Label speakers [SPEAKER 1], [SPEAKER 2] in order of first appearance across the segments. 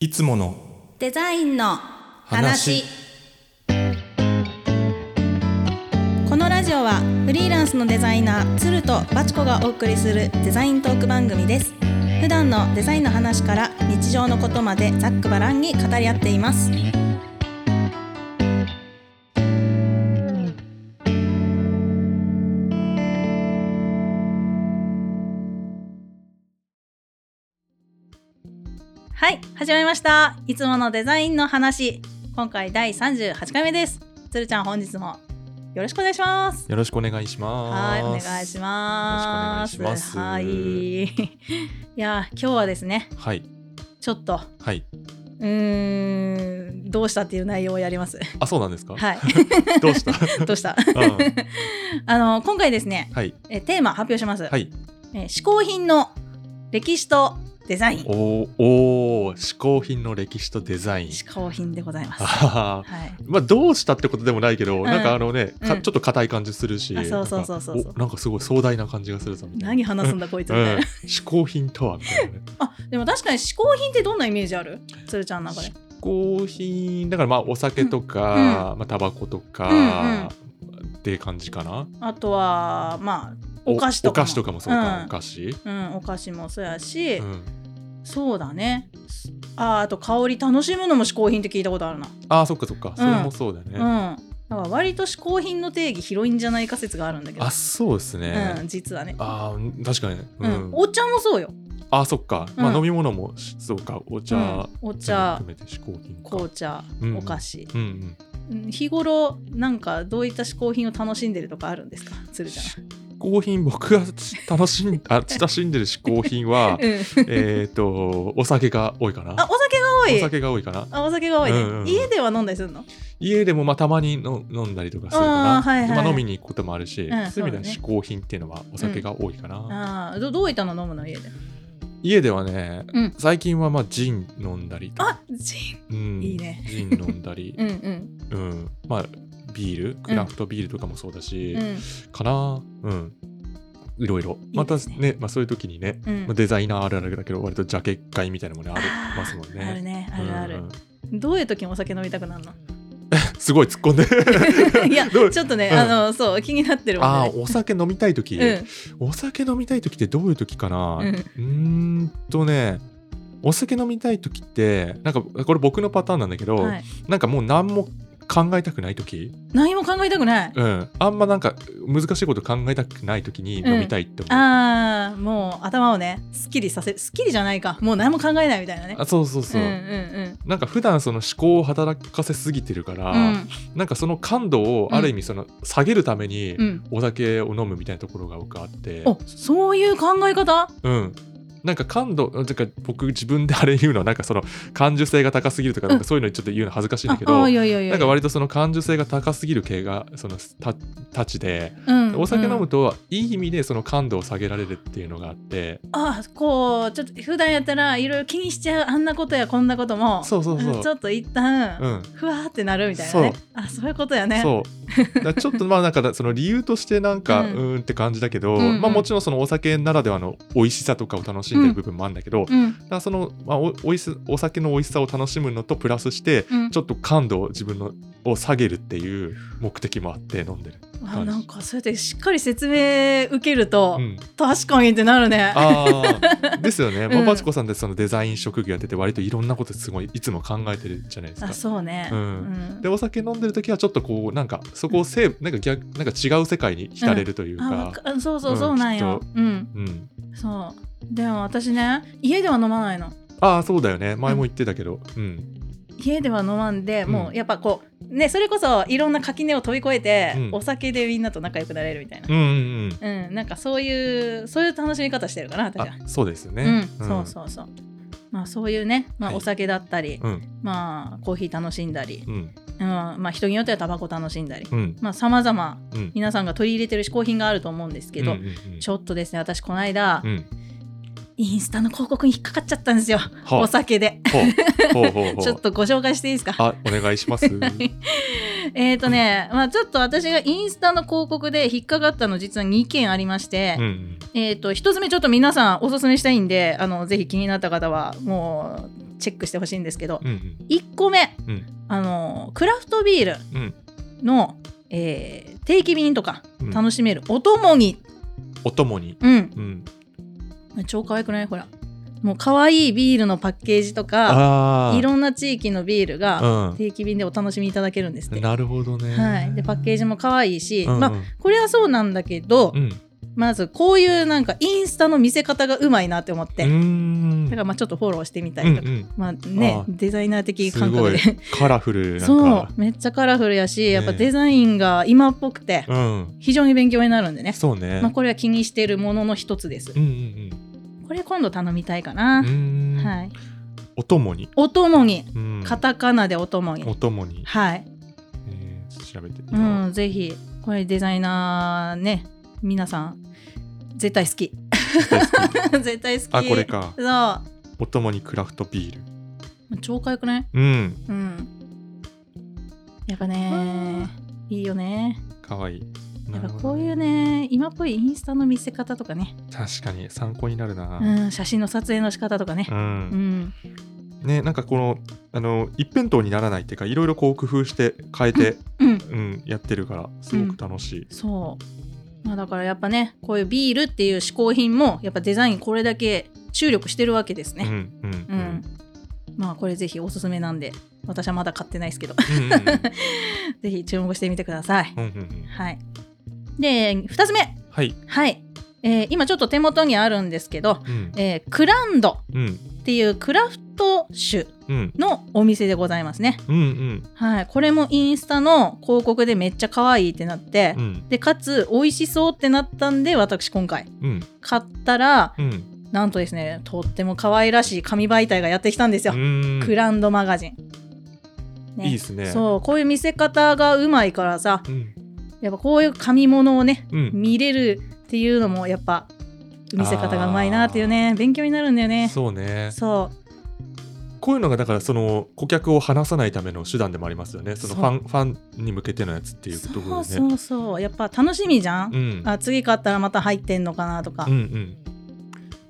[SPEAKER 1] いつもの
[SPEAKER 2] デザインの
[SPEAKER 1] 話
[SPEAKER 2] 話このラジオはフリーランスのデザイナー鶴とバチコがお送りするデザイントーク番組です普段のデザインの話から日常のことまでざっくばらんに語り合っていますはい始まりましたいつものデザインの話今回第38回目です鶴ちゃん本日もよろしくお願いします
[SPEAKER 1] よろしくお願いしま
[SPEAKER 2] はい、
[SPEAKER 1] す
[SPEAKER 2] お願いします。
[SPEAKER 1] よろしくお
[SPEAKER 2] は
[SPEAKER 1] 願い
[SPEAKER 2] い。いや、今日はですね、
[SPEAKER 1] はい
[SPEAKER 2] ちょっと、
[SPEAKER 1] はい、
[SPEAKER 2] うーん、どうしたっていう内容をや ります。
[SPEAKER 1] あそうなんですか、
[SPEAKER 2] はい、
[SPEAKER 1] ど うした
[SPEAKER 2] どうした。
[SPEAKER 1] うん
[SPEAKER 2] あの、今回ですね、
[SPEAKER 1] はい
[SPEAKER 2] え、テーマ発表します。
[SPEAKER 1] はい
[SPEAKER 2] えー、嗜好品の歴史とデザイン。
[SPEAKER 1] おーおー嗜好品の歴史とデザイン
[SPEAKER 2] 嗜好品でございます。は
[SPEAKER 1] あー
[SPEAKER 2] い。
[SPEAKER 1] まあどうしたってことでもないけど、
[SPEAKER 2] ん
[SPEAKER 1] なんかあのね、か
[SPEAKER 2] うん
[SPEAKER 1] ちょっと硬い感じするし、
[SPEAKER 2] あそうそうそうそう
[SPEAKER 1] なんかおなんかすごい壮大な感じがするぞみたいな
[SPEAKER 2] 何話すんだこいつ
[SPEAKER 1] う
[SPEAKER 2] みたい
[SPEAKER 1] ん
[SPEAKER 2] な、、
[SPEAKER 1] 嗜好品とはみたいなね
[SPEAKER 2] あでも確かに嗜好品ってどんなイメージあるつるちゃんの中で
[SPEAKER 1] 嗜好品だからまあお酒とか、まあタバコとか、って感じかな
[SPEAKER 2] あとはまあお菓子とかも
[SPEAKER 1] お菓子とかもそうか、
[SPEAKER 2] うん
[SPEAKER 1] お菓子、
[SPEAKER 2] うんお菓子もそうやし、
[SPEAKER 1] うん、
[SPEAKER 2] そうだね。あーあと香り楽しむのも嗜好品って聞いたことあるな。
[SPEAKER 1] あーそっかそっか、それもそうだね、
[SPEAKER 2] うん。だから割と嗜好品の定義広いんじゃないか説があるんだけど。
[SPEAKER 1] あそうですね、
[SPEAKER 2] うん、実はね。
[SPEAKER 1] あー確かに、
[SPEAKER 2] う、
[SPEAKER 1] うんん
[SPEAKER 2] お茶もそうよ。
[SPEAKER 1] あーそっか、ま
[SPEAKER 2] う
[SPEAKER 1] あ
[SPEAKER 2] ん
[SPEAKER 1] 飲み物もそうかお茶、
[SPEAKER 2] うん、お茶
[SPEAKER 1] 全、部含めて嗜好品か
[SPEAKER 2] 紅茶、
[SPEAKER 1] うん
[SPEAKER 2] お菓子。
[SPEAKER 1] うんうん
[SPEAKER 2] うん日頃なんかどういった嗜好品を楽しんでるとかあるんですか、鶴ちゃ
[SPEAKER 1] 嗜好品僕が楽しん あ親しんでる嗜好品は
[SPEAKER 2] ん。 うん。
[SPEAKER 1] えっとお酒が多いかな
[SPEAKER 2] あ、お酒が多
[SPEAKER 1] お
[SPEAKER 2] い。
[SPEAKER 1] 酒が多いかな
[SPEAKER 2] あ、お酒が多いね、
[SPEAKER 1] うんうん
[SPEAKER 2] 家では飲んだりするの？
[SPEAKER 1] 家でもまあたまにの飲んだりとかするか
[SPEAKER 2] あー
[SPEAKER 1] な、
[SPEAKER 2] はいはい
[SPEAKER 1] まあ、飲みに行くこともあるし、
[SPEAKER 2] うん
[SPEAKER 1] そういう意
[SPEAKER 2] そうだ
[SPEAKER 1] 味
[SPEAKER 2] ね
[SPEAKER 1] では嗜好品っていうのはお酒が多いかな、
[SPEAKER 2] ああ、どどういったの飲むの家で？
[SPEAKER 1] 家ではね、
[SPEAKER 2] うん
[SPEAKER 1] 最近はまあジン飲んだりとか
[SPEAKER 2] あ、ジ
[SPEAKER 1] うん
[SPEAKER 2] いいね
[SPEAKER 1] ジン飲んだり
[SPEAKER 2] ン。、うんうん
[SPEAKER 1] うん、まあビールクラフトビールとかもそうだし、
[SPEAKER 2] うん
[SPEAKER 1] かなうんいろいろまた
[SPEAKER 2] いい
[SPEAKER 1] ね
[SPEAKER 2] ですね
[SPEAKER 1] まあ、そういう時にね、
[SPEAKER 2] うん
[SPEAKER 1] まあ、。デザイナーあるあるだけど割とジャケ買いみたいなのもねありますもん
[SPEAKER 2] あ
[SPEAKER 1] ね。
[SPEAKER 2] るね、あるある。
[SPEAKER 1] うんうん
[SPEAKER 2] どういう時もお酒飲みた くなるの
[SPEAKER 1] すごい突っ込んで
[SPEAKER 2] いや
[SPEAKER 1] どう
[SPEAKER 2] ちょっとね、
[SPEAKER 1] うん
[SPEAKER 2] あのそう気になってるもん
[SPEAKER 1] ああ
[SPEAKER 2] ね
[SPEAKER 1] お酒飲みたい時、
[SPEAKER 2] うん
[SPEAKER 1] お酒飲みたい時ってどういう時かな、
[SPEAKER 2] うん
[SPEAKER 1] うーんとねお酒飲みたい時ってなんかこれ僕のパターンなんだけど、
[SPEAKER 2] はい、
[SPEAKER 1] なんかもう何も考えたくない時、
[SPEAKER 2] 何も考えたくない、
[SPEAKER 1] うん、あんまなんか難しいこと考えたくない時に飲みたいって思う、
[SPEAKER 2] ああもう頭をねすっきりさせすっきりじゃないかもう何も考えないみたいなね
[SPEAKER 1] あそうそうそう、
[SPEAKER 2] うんうん
[SPEAKER 1] なんか普段その思考を働かせすぎてるから、
[SPEAKER 2] うん
[SPEAKER 1] なんかその感度をある意味その下げるために
[SPEAKER 2] うんうん
[SPEAKER 1] お酒を飲むみたいなところが僕あって、
[SPEAKER 2] おそういう考え方
[SPEAKER 1] うん、なんか感度てか僕自分であれ言うのはなんかその感受性が高すぎるとかなんかそういうのちょっと言うの恥ずかしいんだけ
[SPEAKER 2] あ
[SPEAKER 1] ど、
[SPEAKER 2] あいやいやいや
[SPEAKER 1] なんか割とその感受性が高すぎる系がそのたたちで、
[SPEAKER 2] うん
[SPEAKER 1] お酒飲
[SPEAKER 2] う
[SPEAKER 1] む
[SPEAKER 2] ん
[SPEAKER 1] といい意味でその感度を下げられるっていうのがあって、
[SPEAKER 2] ああこうちょっと普段やったらいろいろ気にしちゃうあんなことやこんなことも
[SPEAKER 1] そうそうそうん
[SPEAKER 2] ちょっと一旦、
[SPEAKER 1] うん、
[SPEAKER 2] ふわーってなるみたいなね
[SPEAKER 1] そう
[SPEAKER 2] あそういうことやね
[SPEAKER 1] そうだ からちょっとまあなんかその理由としてなんか
[SPEAKER 2] う
[SPEAKER 1] うんーんって感じだけど、
[SPEAKER 2] うんうん
[SPEAKER 1] まあ、もちろんそのお酒ならではの美味しさとかを楽しんでる部分もあるんだけど、だか
[SPEAKER 2] うん
[SPEAKER 1] らその、まあ、おおいしお酒の美味しさを楽しむのとプラスして
[SPEAKER 2] うん
[SPEAKER 1] ちょっと感度を自分のを下げるっていう目的もあって飲んでる。
[SPEAKER 2] あ
[SPEAKER 1] 感じ
[SPEAKER 2] なんかそうやってしっかり説明受けると、
[SPEAKER 1] うん、
[SPEAKER 2] 確かにってなるね。
[SPEAKER 1] あ ーですよね、まあ
[SPEAKER 2] うん
[SPEAKER 1] バチコさんってそのデザイン職業やってて割といろんなことすごいいつも考えてるじゃないですか
[SPEAKER 2] あ。そうね。
[SPEAKER 1] うん
[SPEAKER 2] うん
[SPEAKER 1] でお酒飲んでる時はちょっとこうなんかそこをセーブなんか逆なんか違う世界に浸れるという
[SPEAKER 2] あわ
[SPEAKER 1] か
[SPEAKER 2] か、あそうそううんそうなんよ
[SPEAKER 1] き。
[SPEAKER 2] うん、
[SPEAKER 1] うん、
[SPEAKER 2] そう。でも私ね家では飲まないの。
[SPEAKER 1] ああそうだよね前も言ってたけどうん
[SPEAKER 2] 家では飲まんで、
[SPEAKER 1] うん
[SPEAKER 2] もうやっぱこうねそれこそいろんな垣根を飛び越えて、
[SPEAKER 1] うん
[SPEAKER 2] お酒でみんなと仲良くなれるみたいな
[SPEAKER 1] う。んうんうん
[SPEAKER 2] うん、なんかそういうそういう楽しみ方してるかな私は。
[SPEAKER 1] あそうですよ
[SPEAKER 2] う
[SPEAKER 1] ね
[SPEAKER 2] ん、そうそうそう。まあそういうね、ま
[SPEAKER 1] は
[SPEAKER 2] あ、
[SPEAKER 1] い
[SPEAKER 2] お酒だったり、
[SPEAKER 1] うん
[SPEAKER 2] まあコーヒー楽しんだり、
[SPEAKER 1] うん
[SPEAKER 2] うん、まあ人によってはタバコ楽しんだり、
[SPEAKER 1] うん
[SPEAKER 2] まあ様々
[SPEAKER 1] うん
[SPEAKER 2] 皆さんが取り入れてる嗜好品があると思うんですけど、
[SPEAKER 1] うんうんうん
[SPEAKER 2] ちょっとですね私この間、
[SPEAKER 1] うん
[SPEAKER 2] インスタの広告に引っかかっちゃったんですよ、
[SPEAKER 1] はあ
[SPEAKER 2] お酒で
[SPEAKER 1] ほうほうほうほう
[SPEAKER 2] ちょっとご紹介していいですか
[SPEAKER 1] あお願いします
[SPEAKER 2] えっとね、まあ、ちょっと私がインスタの広告で引っかかったの実は2件ありまして、
[SPEAKER 1] うん
[SPEAKER 2] えっと1つ目ちょっと皆さんおすすめしたいんであのぜひ気になった方はもうチェックしてほしいんですけど、
[SPEAKER 1] うん
[SPEAKER 2] 1個目、
[SPEAKER 1] うん
[SPEAKER 2] あのクラフトビール
[SPEAKER 1] うんうん
[SPEAKER 2] の、えー定期便とか
[SPEAKER 1] うん
[SPEAKER 2] 楽しめるおともぎ、
[SPEAKER 1] お供に
[SPEAKER 2] うん、
[SPEAKER 1] うん
[SPEAKER 2] 超可愛くないほらもう可愛いビールのパッケージとか
[SPEAKER 1] ああ
[SPEAKER 2] いろんな地域のビールが
[SPEAKER 1] う
[SPEAKER 2] 定期便でお楽しみいただけるんですって
[SPEAKER 1] ん、なるほどね
[SPEAKER 2] はい、でパッケージも可愛いし、
[SPEAKER 1] うんうん
[SPEAKER 2] まあこれはそうなんだけど、
[SPEAKER 1] うん
[SPEAKER 2] まずこういうなんかインスタの見せ方がうまいなって思って、
[SPEAKER 1] うーん
[SPEAKER 2] だからまあちょっとフォローしてみた
[SPEAKER 1] う
[SPEAKER 2] り
[SPEAKER 1] ん
[SPEAKER 2] とか、
[SPEAKER 1] うん
[SPEAKER 2] まあね
[SPEAKER 1] あ
[SPEAKER 2] デザイナー的感覚です
[SPEAKER 1] カラフ ルなん
[SPEAKER 2] そう
[SPEAKER 1] か
[SPEAKER 2] めっちゃカラフルやしやっぱ
[SPEAKER 1] ね
[SPEAKER 2] デザインが今っぽくて
[SPEAKER 1] うん
[SPEAKER 2] 非常に勉強になるんでね、
[SPEAKER 1] そうね
[SPEAKER 2] まあ、これは気にしてるものの一つです、
[SPEAKER 1] うんうん
[SPEAKER 2] これ今度頼みたいか
[SPEAKER 1] う
[SPEAKER 2] な、
[SPEAKER 1] んうーん
[SPEAKER 2] はい、
[SPEAKER 1] お供に
[SPEAKER 2] おともぎ
[SPEAKER 1] うん
[SPEAKER 2] カタカナでおともぎ、
[SPEAKER 1] お供に
[SPEAKER 2] はい、
[SPEAKER 1] えー調べてみ
[SPEAKER 2] う、
[SPEAKER 1] ようん
[SPEAKER 2] ぜひこれデザイナーね皆さん絶対好き 絶対好き
[SPEAKER 1] あこれか
[SPEAKER 2] そう
[SPEAKER 1] お供にクラフトビール
[SPEAKER 2] 超かゆくない
[SPEAKER 1] うん
[SPEAKER 2] うんやっぱねいいよね
[SPEAKER 1] かわいいな
[SPEAKER 2] やっ
[SPEAKER 1] る
[SPEAKER 2] ぱ
[SPEAKER 1] ほど
[SPEAKER 2] こういうね今っぽいインスタの見せ方とかね、
[SPEAKER 1] 確かに参考になるな
[SPEAKER 2] うん、写真の撮影の仕方とかね
[SPEAKER 1] う、ん
[SPEAKER 2] うん
[SPEAKER 1] ねなんかこのあの一辺倒にならないっていうかいろいろこう工夫して変えて、
[SPEAKER 2] うん、
[SPEAKER 1] うん、やってるからすごく楽しい、
[SPEAKER 2] そう、まあ、だからやっぱねこういうビールっていう嗜好品もやっぱデザインこれだけ注力してるわけです
[SPEAKER 1] うん
[SPEAKER 2] ね
[SPEAKER 1] うんうん
[SPEAKER 2] うん、まあこれぜひおすすめなんで私はまだ買ってないですけど
[SPEAKER 1] うんうん
[SPEAKER 2] ぜひ注目してみてください、
[SPEAKER 1] うんうんうん
[SPEAKER 2] はいで2つ目
[SPEAKER 1] はい、
[SPEAKER 2] はい、えー今ちょっと手元にあるんですけど、
[SPEAKER 1] うん
[SPEAKER 2] えークランド
[SPEAKER 1] うん
[SPEAKER 2] っていうクラフト酒
[SPEAKER 1] うん
[SPEAKER 2] のお店でございますね。
[SPEAKER 1] うんうん
[SPEAKER 2] はい、これもインスタの広告でめっちゃ可愛いってなって、
[SPEAKER 1] うん
[SPEAKER 2] でかつ美味しそうってなったんで私今回
[SPEAKER 1] うん
[SPEAKER 2] 買ったら
[SPEAKER 1] うん
[SPEAKER 2] なんとですねとっても可愛らしい紙媒体がやってきたんですよ、
[SPEAKER 1] うん
[SPEAKER 2] クランドマガジン。ね
[SPEAKER 1] いいですね
[SPEAKER 2] そうこういう見せ方がうまいからさ
[SPEAKER 1] うん
[SPEAKER 2] やっぱこういう紙物をね
[SPEAKER 1] うん
[SPEAKER 2] 見れるっていうのもやっぱ見せ方がうまいなっていうね勉強になるんだよねそ
[SPEAKER 1] そうね
[SPEAKER 2] う
[SPEAKER 1] こういうのがだからその顧客を離さないための手段でもありますよねそのファンファンに向けてのやつっていうところでね
[SPEAKER 2] そうそうそうやっぱ楽しみじゃん、
[SPEAKER 1] うん
[SPEAKER 2] あ次買ったらまた入ってんのかなとか
[SPEAKER 1] うんうん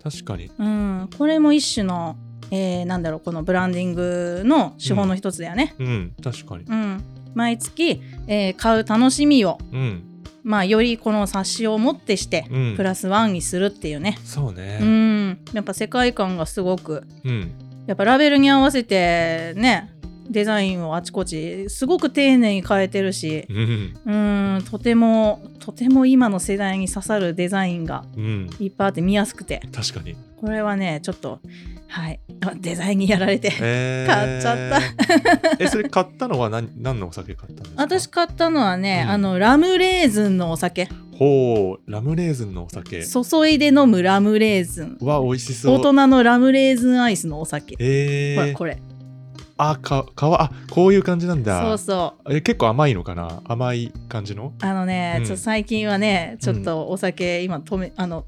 [SPEAKER 1] 確かに
[SPEAKER 2] うん、これも一種の、えーなんだろうこのブランディングの手法の一つだよね、
[SPEAKER 1] うん確かに
[SPEAKER 2] うん毎月、えー買う楽しみを
[SPEAKER 1] うん
[SPEAKER 2] まあよりこの冊子をもってして、
[SPEAKER 1] うん
[SPEAKER 2] プラスワンにするっていうね
[SPEAKER 1] そうね
[SPEAKER 2] うんやっぱ世界観がすごく
[SPEAKER 1] うん
[SPEAKER 2] やっぱラベルに合わせてねデザインをあちこちすごく丁寧に変えてるし
[SPEAKER 1] うん
[SPEAKER 2] うーんとてもとても今の世代に刺さるデザインが
[SPEAKER 1] うん
[SPEAKER 2] いっぱいあって見やすくて
[SPEAKER 1] 確かに
[SPEAKER 2] これはねちょっとはいあデザインにやられて
[SPEAKER 1] えー
[SPEAKER 2] 買っちゃ
[SPEAKER 1] ったえそれ買ったのは何何のお酒買ったんですか
[SPEAKER 2] 私買ったのはね、
[SPEAKER 1] うん
[SPEAKER 2] あのラムレーズンのお酒
[SPEAKER 1] ほうラムレーズンのお酒
[SPEAKER 2] 注いで飲むラムレーズン
[SPEAKER 1] わ美味しそう
[SPEAKER 2] 大人のラムレーズンアイスのお酒、
[SPEAKER 1] え
[SPEAKER 2] ほら
[SPEAKER 1] ー、
[SPEAKER 2] これ
[SPEAKER 1] あかかわあこういう感じなんだ
[SPEAKER 2] そうそう
[SPEAKER 1] え結構甘いのかな甘い感じの
[SPEAKER 2] あのね、
[SPEAKER 1] うん
[SPEAKER 2] ちょっと最近はねちょっとお酒今止め、あの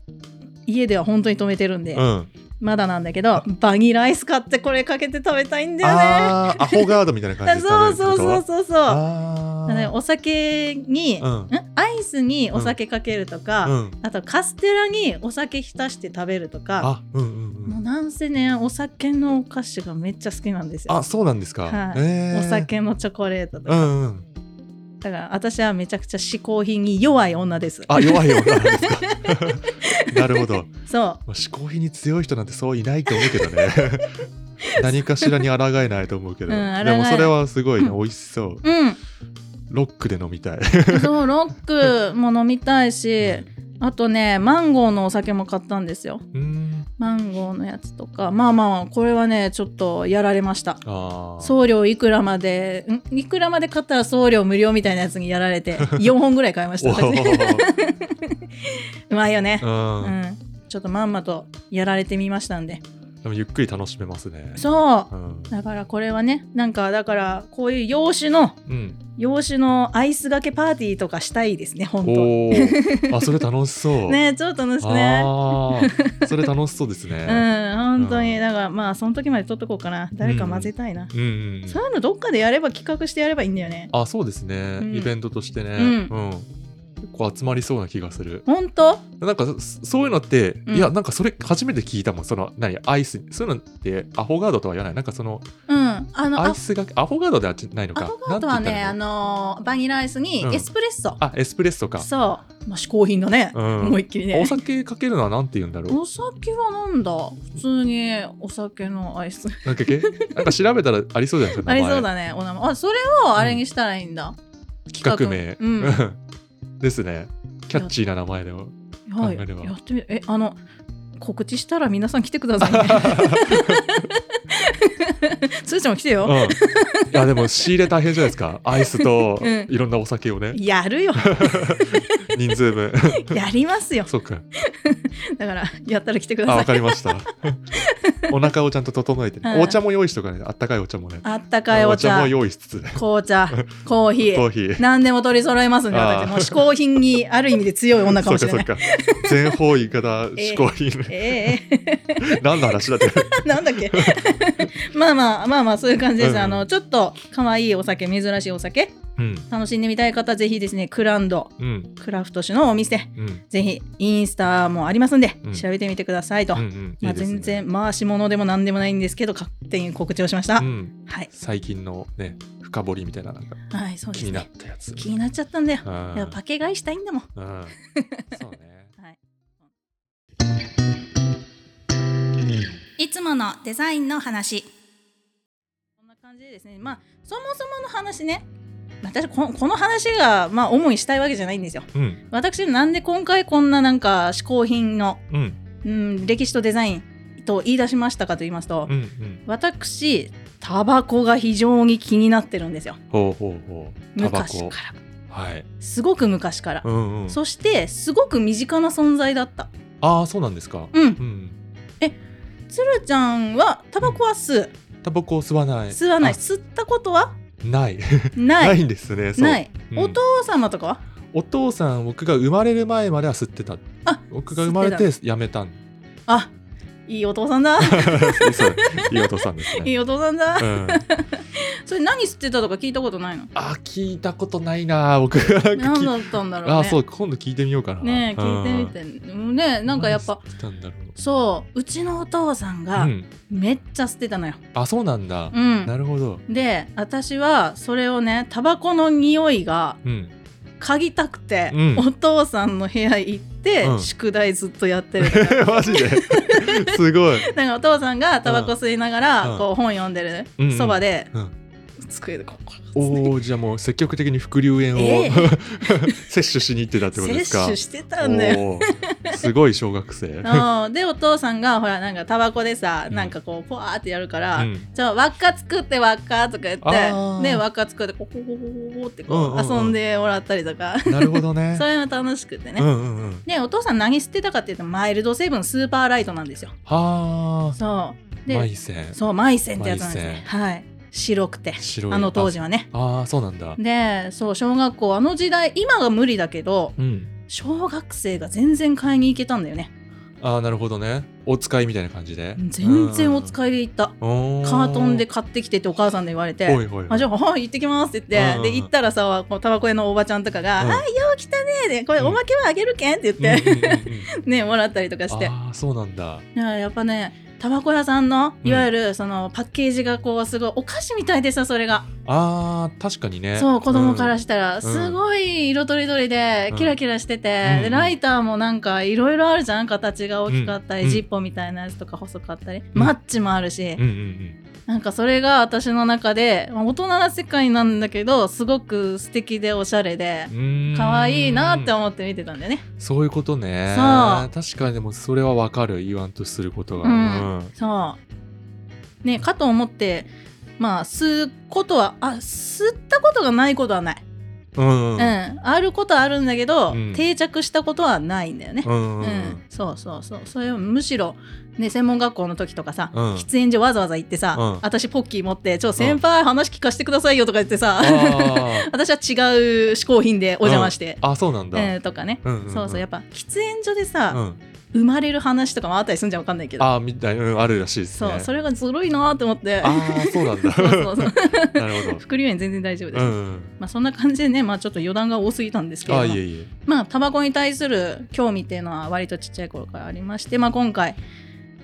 [SPEAKER 2] 家では本当に止めてるんで、
[SPEAKER 1] うん
[SPEAKER 2] まだなんだけどバニラアイス買ってこれかけて食べたいんだよね
[SPEAKER 1] あーアホガードみたいな感じで食べ
[SPEAKER 2] そ
[SPEAKER 1] る
[SPEAKER 2] う
[SPEAKER 1] って
[SPEAKER 2] そ
[SPEAKER 1] こ
[SPEAKER 2] う
[SPEAKER 1] と
[SPEAKER 2] そうそうそう
[SPEAKER 1] あ
[SPEAKER 2] あのね
[SPEAKER 1] ー
[SPEAKER 2] お酒に、
[SPEAKER 1] うん
[SPEAKER 2] んアイスにお酒かけるとか、
[SPEAKER 1] うん
[SPEAKER 2] あとカステラにお酒浸して食べるとか
[SPEAKER 1] あうんうんう
[SPEAKER 2] もうんなんせねお酒のお菓子がめっちゃ好きなんですよ
[SPEAKER 1] あそうなんですか
[SPEAKER 2] はい
[SPEAKER 1] えー
[SPEAKER 2] お酒のチョコレートと
[SPEAKER 1] う
[SPEAKER 2] か、
[SPEAKER 1] んうん
[SPEAKER 2] だから私はめちゃくちゃ嗜好品に弱い女です
[SPEAKER 1] あ弱いよなんですか なるほど
[SPEAKER 2] そう
[SPEAKER 1] まあ、嗜好品に強い人なんてそういないと思うけどね 何かしらに抗えないと思うけど、
[SPEAKER 2] うん抗えな
[SPEAKER 1] で
[SPEAKER 2] い
[SPEAKER 1] もそれはすごいね、
[SPEAKER 2] うん
[SPEAKER 1] 美味しそう
[SPEAKER 2] うん
[SPEAKER 1] ロックで飲みたい
[SPEAKER 2] そうロックも飲みたいしあとねマンゴーのお酒も買ったんですよ
[SPEAKER 1] うん
[SPEAKER 2] マンゴーのやつとかまあまあこれはねちょっとやられました
[SPEAKER 1] あー
[SPEAKER 2] 送料いくらまでんいくらまで買ったら送料無料みたいなやつにやら れて4本ぐらい買いまし
[SPEAKER 1] お
[SPEAKER 2] た私
[SPEAKER 1] ー
[SPEAKER 2] うまいよねう
[SPEAKER 1] うん
[SPEAKER 2] んちょっとまんまとやられてみましたんで
[SPEAKER 1] でもゆっくり楽しめますね
[SPEAKER 2] そう
[SPEAKER 1] うん
[SPEAKER 2] だからこれはねなんかだからこういう洋酒の
[SPEAKER 1] うん、
[SPEAKER 2] 洋酒のアイスがけパーティーとかしたいですね本当
[SPEAKER 1] おーあそれ楽しそう
[SPEAKER 2] ねちょっと楽しくね
[SPEAKER 1] あーそれ楽しそうです
[SPEAKER 2] う
[SPEAKER 1] ね、
[SPEAKER 2] ん本当に、
[SPEAKER 1] うん
[SPEAKER 2] だからまあその時まで撮っとこうかな誰か混ぜたいな、
[SPEAKER 1] うんうんうん
[SPEAKER 2] そういうのどっかでやれば企画してやればいいんだよね
[SPEAKER 1] あそうですね、
[SPEAKER 2] うん
[SPEAKER 1] イベントとしてね、
[SPEAKER 2] うん
[SPEAKER 1] うん構集まりそうな気がする
[SPEAKER 2] 本当
[SPEAKER 1] なんかそそういうのって、
[SPEAKER 2] うん
[SPEAKER 1] いやなんかそれ初めて聞いたもんその何アイスそういうのってアフォガードとは言わないなんかその
[SPEAKER 2] うんあの
[SPEAKER 1] ア
[SPEAKER 2] ア
[SPEAKER 1] イスがアフォガードではないの
[SPEAKER 2] ア
[SPEAKER 1] か
[SPEAKER 2] ボカドは
[SPEAKER 1] なんて言ったら
[SPEAKER 2] ね
[SPEAKER 1] いい
[SPEAKER 2] あ
[SPEAKER 1] の
[SPEAKER 2] のーバニラアイスに
[SPEAKER 1] うん
[SPEAKER 2] エスプレッソ、
[SPEAKER 1] あエスプレッソか、
[SPEAKER 2] そう、まあ、嗜好品だね、
[SPEAKER 1] うん
[SPEAKER 2] 思いっきりね
[SPEAKER 1] お酒かけるのはなんて言うんだろう
[SPEAKER 2] お酒はなんだ普通にお酒のアイス
[SPEAKER 1] なんかけなんか調べたらありそうじゃないですか
[SPEAKER 2] あ
[SPEAKER 1] 名
[SPEAKER 2] り
[SPEAKER 1] 前
[SPEAKER 2] そうだねお名前あそれをあれにしたらいいんだ、
[SPEAKER 1] 企画名、
[SPEAKER 2] 企
[SPEAKER 1] ですねキャッチーな名前でも
[SPEAKER 2] はい
[SPEAKER 1] 考えれば
[SPEAKER 2] やってみえあの告知したら皆さん来てくだ さいねつーちゃんも来て
[SPEAKER 1] うん、
[SPEAKER 2] よ、
[SPEAKER 1] いやでも仕入れ大変じゃないですかアイスと
[SPEAKER 2] うん
[SPEAKER 1] いろんなお酒をね、
[SPEAKER 2] やるよ
[SPEAKER 1] 人数分
[SPEAKER 2] やりますよ
[SPEAKER 1] そうか
[SPEAKER 2] だからやったら来てくだ
[SPEAKER 1] あ
[SPEAKER 2] さ
[SPEAKER 1] わ
[SPEAKER 2] い
[SPEAKER 1] かりましたお腹をちゃんと整えて、ね
[SPEAKER 2] うん
[SPEAKER 1] お茶も用意しとかねあったかいお茶もね
[SPEAKER 2] あったかいお茶
[SPEAKER 1] も用意しつつ
[SPEAKER 2] 紅 茶コーヒ
[SPEAKER 1] コ
[SPEAKER 2] ー
[SPEAKER 1] ーヒー
[SPEAKER 2] 何でも取り揃えますんで
[SPEAKER 1] あー
[SPEAKER 2] 私もう嗜好品にある意味で強い女か
[SPEAKER 1] そ
[SPEAKER 2] も
[SPEAKER 1] う
[SPEAKER 2] し
[SPEAKER 1] か
[SPEAKER 2] れ
[SPEAKER 1] そ
[SPEAKER 2] な
[SPEAKER 1] う
[SPEAKER 2] い
[SPEAKER 1] か全方位型嗜好品 ね、
[SPEAKER 2] ええ
[SPEAKER 1] 何の話だって
[SPEAKER 2] なんだっけ まあまあまあまあそういう感じです、
[SPEAKER 1] うん
[SPEAKER 2] あのちょっと可愛いお酒珍しいお酒
[SPEAKER 1] うん
[SPEAKER 2] 楽しんでみたい方ぜひですねクランド
[SPEAKER 1] うん
[SPEAKER 2] クラフト酒のお店
[SPEAKER 1] うん
[SPEAKER 2] ぜひインスタもありますんで、
[SPEAKER 1] うん
[SPEAKER 2] 調べてみてくださいと、
[SPEAKER 1] うんうんい
[SPEAKER 2] ま
[SPEAKER 1] い
[SPEAKER 2] あ、
[SPEAKER 1] ですね
[SPEAKER 2] 全然回し物でも何でもないんですけど勝手に告知をしました、
[SPEAKER 1] うん
[SPEAKER 2] はい
[SPEAKER 1] 最近のね深掘りみたいななんか
[SPEAKER 2] はいそうで
[SPEAKER 1] 気
[SPEAKER 2] す
[SPEAKER 1] になっ
[SPEAKER 2] ね
[SPEAKER 1] たやつ
[SPEAKER 2] 気になっちゃったんだよ
[SPEAKER 1] うん
[SPEAKER 2] いやパケ買いしたいんだもん
[SPEAKER 1] うんそうね
[SPEAKER 2] はいいつものデザインの話こんな感じでですねまあそもそもの話ね私ここの話がまあ主にしたいわけじゃないんですよ
[SPEAKER 1] うん
[SPEAKER 2] 私なんで今回こんななんか嗜好品の、
[SPEAKER 1] うん
[SPEAKER 2] うん、歴史とデザインと言い出しましたかと言いますと、
[SPEAKER 1] うんうん
[SPEAKER 2] 私タバコが非常に気になってるんですよ
[SPEAKER 1] ほうほうほうタバ
[SPEAKER 2] 昔
[SPEAKER 1] コ
[SPEAKER 2] から
[SPEAKER 1] はい
[SPEAKER 2] すごく昔から、
[SPEAKER 1] うんうん
[SPEAKER 2] そしてすごく身近な存在だった
[SPEAKER 1] ああそうなんですか
[SPEAKER 2] うん
[SPEAKER 1] うん
[SPEAKER 2] つるちゃんはタバコは吸う
[SPEAKER 1] タバコを吸わない
[SPEAKER 2] 吸わない
[SPEAKER 1] あ
[SPEAKER 2] 吸ったことは
[SPEAKER 1] ない
[SPEAKER 2] な
[SPEAKER 1] ないいんですねそう
[SPEAKER 2] ない、
[SPEAKER 1] うん
[SPEAKER 2] お父様とかは
[SPEAKER 1] お父さん僕が生まれる前までは吸ってた
[SPEAKER 2] あ
[SPEAKER 1] 僕が生まれて
[SPEAKER 2] 吸
[SPEAKER 1] やめた ん
[SPEAKER 2] あいいお父さんだ
[SPEAKER 1] そういいお父さんです
[SPEAKER 2] い
[SPEAKER 1] ね
[SPEAKER 2] いお父さんだ、
[SPEAKER 1] うん、
[SPEAKER 2] それ何吸ってたとか聞いたことないの
[SPEAKER 1] あ聞いたことないな僕なん か聞い
[SPEAKER 2] 何だったんだろうね
[SPEAKER 1] あそう今度聞いてみようかな
[SPEAKER 2] ねえ聞い
[SPEAKER 1] み
[SPEAKER 2] てみて、うんねえなんかやっぱ
[SPEAKER 1] 何吸ってたんだろう
[SPEAKER 2] そううちのお父さんが
[SPEAKER 1] うん、
[SPEAKER 2] めっちゃ吸ってたのよ、
[SPEAKER 1] あそうなんだ、
[SPEAKER 2] うん
[SPEAKER 1] なるほど
[SPEAKER 2] で私はそれをねタバコの匂いが
[SPEAKER 1] うん
[SPEAKER 2] 嗅ぎたくて、
[SPEAKER 1] うん
[SPEAKER 2] お父さんの部屋行って、
[SPEAKER 1] うん
[SPEAKER 2] 宿題ずっとやってる
[SPEAKER 1] マジですごい
[SPEAKER 2] なんかお父さんがタバコ吸いながら、
[SPEAKER 1] うん
[SPEAKER 2] こう本読んでる、
[SPEAKER 1] うんうん
[SPEAKER 2] そばで、
[SPEAKER 1] うん
[SPEAKER 2] 机でこうこう
[SPEAKER 1] おおじゃあもう積極的に伏流炎を、
[SPEAKER 2] ええ
[SPEAKER 1] 摂取しに行ってたってことです
[SPEAKER 2] 摂
[SPEAKER 1] か
[SPEAKER 2] 取してたんだよ。
[SPEAKER 1] おーすごい小学生
[SPEAKER 2] うんでお父さんがほらなんかタバコでさなんかこうポワーってやるから「
[SPEAKER 1] うん
[SPEAKER 2] じゃあ輪っか作って輪っか」とか言って
[SPEAKER 1] あー
[SPEAKER 2] で輪っか作ってこうこうこうこうこうこうって
[SPEAKER 1] うん
[SPEAKER 2] こ
[SPEAKER 1] うん
[SPEAKER 2] う
[SPEAKER 1] うん
[SPEAKER 2] 遊んでもらったりとか、
[SPEAKER 1] なるほどね
[SPEAKER 2] それも楽しくてね。
[SPEAKER 1] うんうんうん
[SPEAKER 2] でお父さん何吸ってたかっていうとマイルドセブンスーパーライトなんですよ。
[SPEAKER 1] はあ
[SPEAKER 2] そうで
[SPEAKER 1] マイセン
[SPEAKER 2] そうマイセンってやつなんですね。はい白くて
[SPEAKER 1] 白い
[SPEAKER 2] あの当時はね。
[SPEAKER 1] ああーそうなんだ
[SPEAKER 2] でそう小学校あの時代今は無理だけど
[SPEAKER 1] うん
[SPEAKER 2] 小学生が全然買いに行けたんだよね
[SPEAKER 1] ああなるほどねお使いみたいな感じで
[SPEAKER 2] 全然お
[SPEAKER 1] い
[SPEAKER 2] 使いで行った、
[SPEAKER 1] カ
[SPEAKER 2] カ
[SPEAKER 1] ー
[SPEAKER 2] ートンで買ってきてってお母さんで言われ
[SPEAKER 1] お
[SPEAKER 2] て
[SPEAKER 1] いおい
[SPEAKER 2] あじゃ
[SPEAKER 1] あ
[SPEAKER 2] あはい行ってきますって言って、
[SPEAKER 1] うん
[SPEAKER 2] で行ったらさこうタバコ屋のおばちゃんとかが「
[SPEAKER 1] うん
[SPEAKER 2] あよう来たね」でこれ
[SPEAKER 1] うん
[SPEAKER 2] おまけはあげるけんって 言って、ねもらったりとかして
[SPEAKER 1] ああそうなんだ
[SPEAKER 2] いややっぱねタバコ屋さんの
[SPEAKER 1] うん
[SPEAKER 2] いわゆるそのパッケージがこうすごいお菓子みたいでさそれが、
[SPEAKER 1] あー確かにね
[SPEAKER 2] そう子供から
[SPEAKER 1] し
[SPEAKER 2] したら、すごい色とりどりで
[SPEAKER 1] うん
[SPEAKER 2] キラキラしてて、
[SPEAKER 1] うん
[SPEAKER 2] でライターもなんかいろいろあるじゃん形が大きかったり、
[SPEAKER 1] うん
[SPEAKER 2] ジッポみたいなやつとか細かったり、マッチもあるし、
[SPEAKER 1] うんうん
[SPEAKER 2] なんかそれが私の中でまあ大人な世界なんだけどすごく素敵でおしゃれで
[SPEAKER 1] うんうーん
[SPEAKER 2] 可愛いなって思って見てたんだよね。
[SPEAKER 1] そういうことね
[SPEAKER 2] そう
[SPEAKER 1] 確かにでもそれはわかる言わんとすることが
[SPEAKER 2] う
[SPEAKER 1] う
[SPEAKER 2] ん
[SPEAKER 1] ん
[SPEAKER 2] そうねかと思ってまあ吸うことはあ吸ったことがないことはない、
[SPEAKER 1] うん
[SPEAKER 2] う
[SPEAKER 1] うん
[SPEAKER 2] んあることはあるんだけど、
[SPEAKER 1] うん
[SPEAKER 2] 定着したことはないんだよね。
[SPEAKER 1] うん
[SPEAKER 2] う
[SPEAKER 1] うんん
[SPEAKER 2] そうそうそうそれをむしろ、ね、専門学校の時とかさ、
[SPEAKER 1] うん
[SPEAKER 2] 喫煙所わざわざ行ってさ、
[SPEAKER 1] うん
[SPEAKER 2] 私ポッキー持って「ちょ先輩話聞かせてくださいよ」とか言ってさ、
[SPEAKER 1] あー
[SPEAKER 2] 私は違う嗜好品でお邪魔して、
[SPEAKER 1] あそうなんだ
[SPEAKER 2] えーとかね、
[SPEAKER 1] うんうんうん
[SPEAKER 2] そうそうやっぱ喫煙所でさ、
[SPEAKER 1] うん
[SPEAKER 2] 生まれる話とかもあったりするんじゃわかんないけど
[SPEAKER 1] ああみたいな、うん、あるらしいです
[SPEAKER 2] そ
[SPEAKER 1] ね
[SPEAKER 2] う、それがずるいなと思って
[SPEAKER 1] ああそうなんだ
[SPEAKER 2] そうそうそう
[SPEAKER 1] なるほ
[SPEAKER 2] 副流煙全然大丈夫で
[SPEAKER 1] ど
[SPEAKER 2] す、
[SPEAKER 1] うん
[SPEAKER 2] まあ、そんな感じでね、まあ、ちょっと余談が多すぎたんですけれ
[SPEAKER 1] あー
[SPEAKER 2] ども
[SPEAKER 1] いえいえ
[SPEAKER 2] まあタバコに対する興味っていうのは割とちっちゃい頃からありまして、まあ、今回、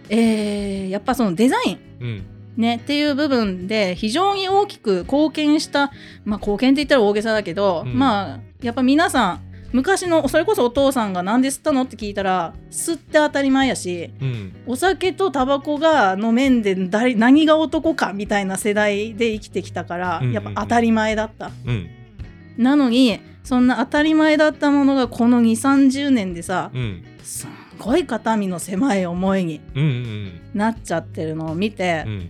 [SPEAKER 2] えーやっぱそのデザイン
[SPEAKER 1] うん
[SPEAKER 2] ね、っていう部分で非常に大きく貢献した、まあ、貢献って言ったら大げさだけど、
[SPEAKER 1] うん
[SPEAKER 2] まあやっぱ皆さん昔のそれこそお父さんが「なんで吸ったの?」って聞いたら吸って当たり前やし
[SPEAKER 1] うん
[SPEAKER 2] お酒とタバコがの面で誰何が男かみたいな世代で生きてきたから、
[SPEAKER 1] うんうんう
[SPEAKER 2] や
[SPEAKER 1] ん
[SPEAKER 2] っぱ当たり前だった。
[SPEAKER 1] うん
[SPEAKER 2] なのにそんな当たり前だったものがこの2 3 0年でさ
[SPEAKER 1] うん
[SPEAKER 2] すんごい肩身の狭い思いに
[SPEAKER 1] うんうん
[SPEAKER 2] なっちゃってるのを見て。
[SPEAKER 1] うんうん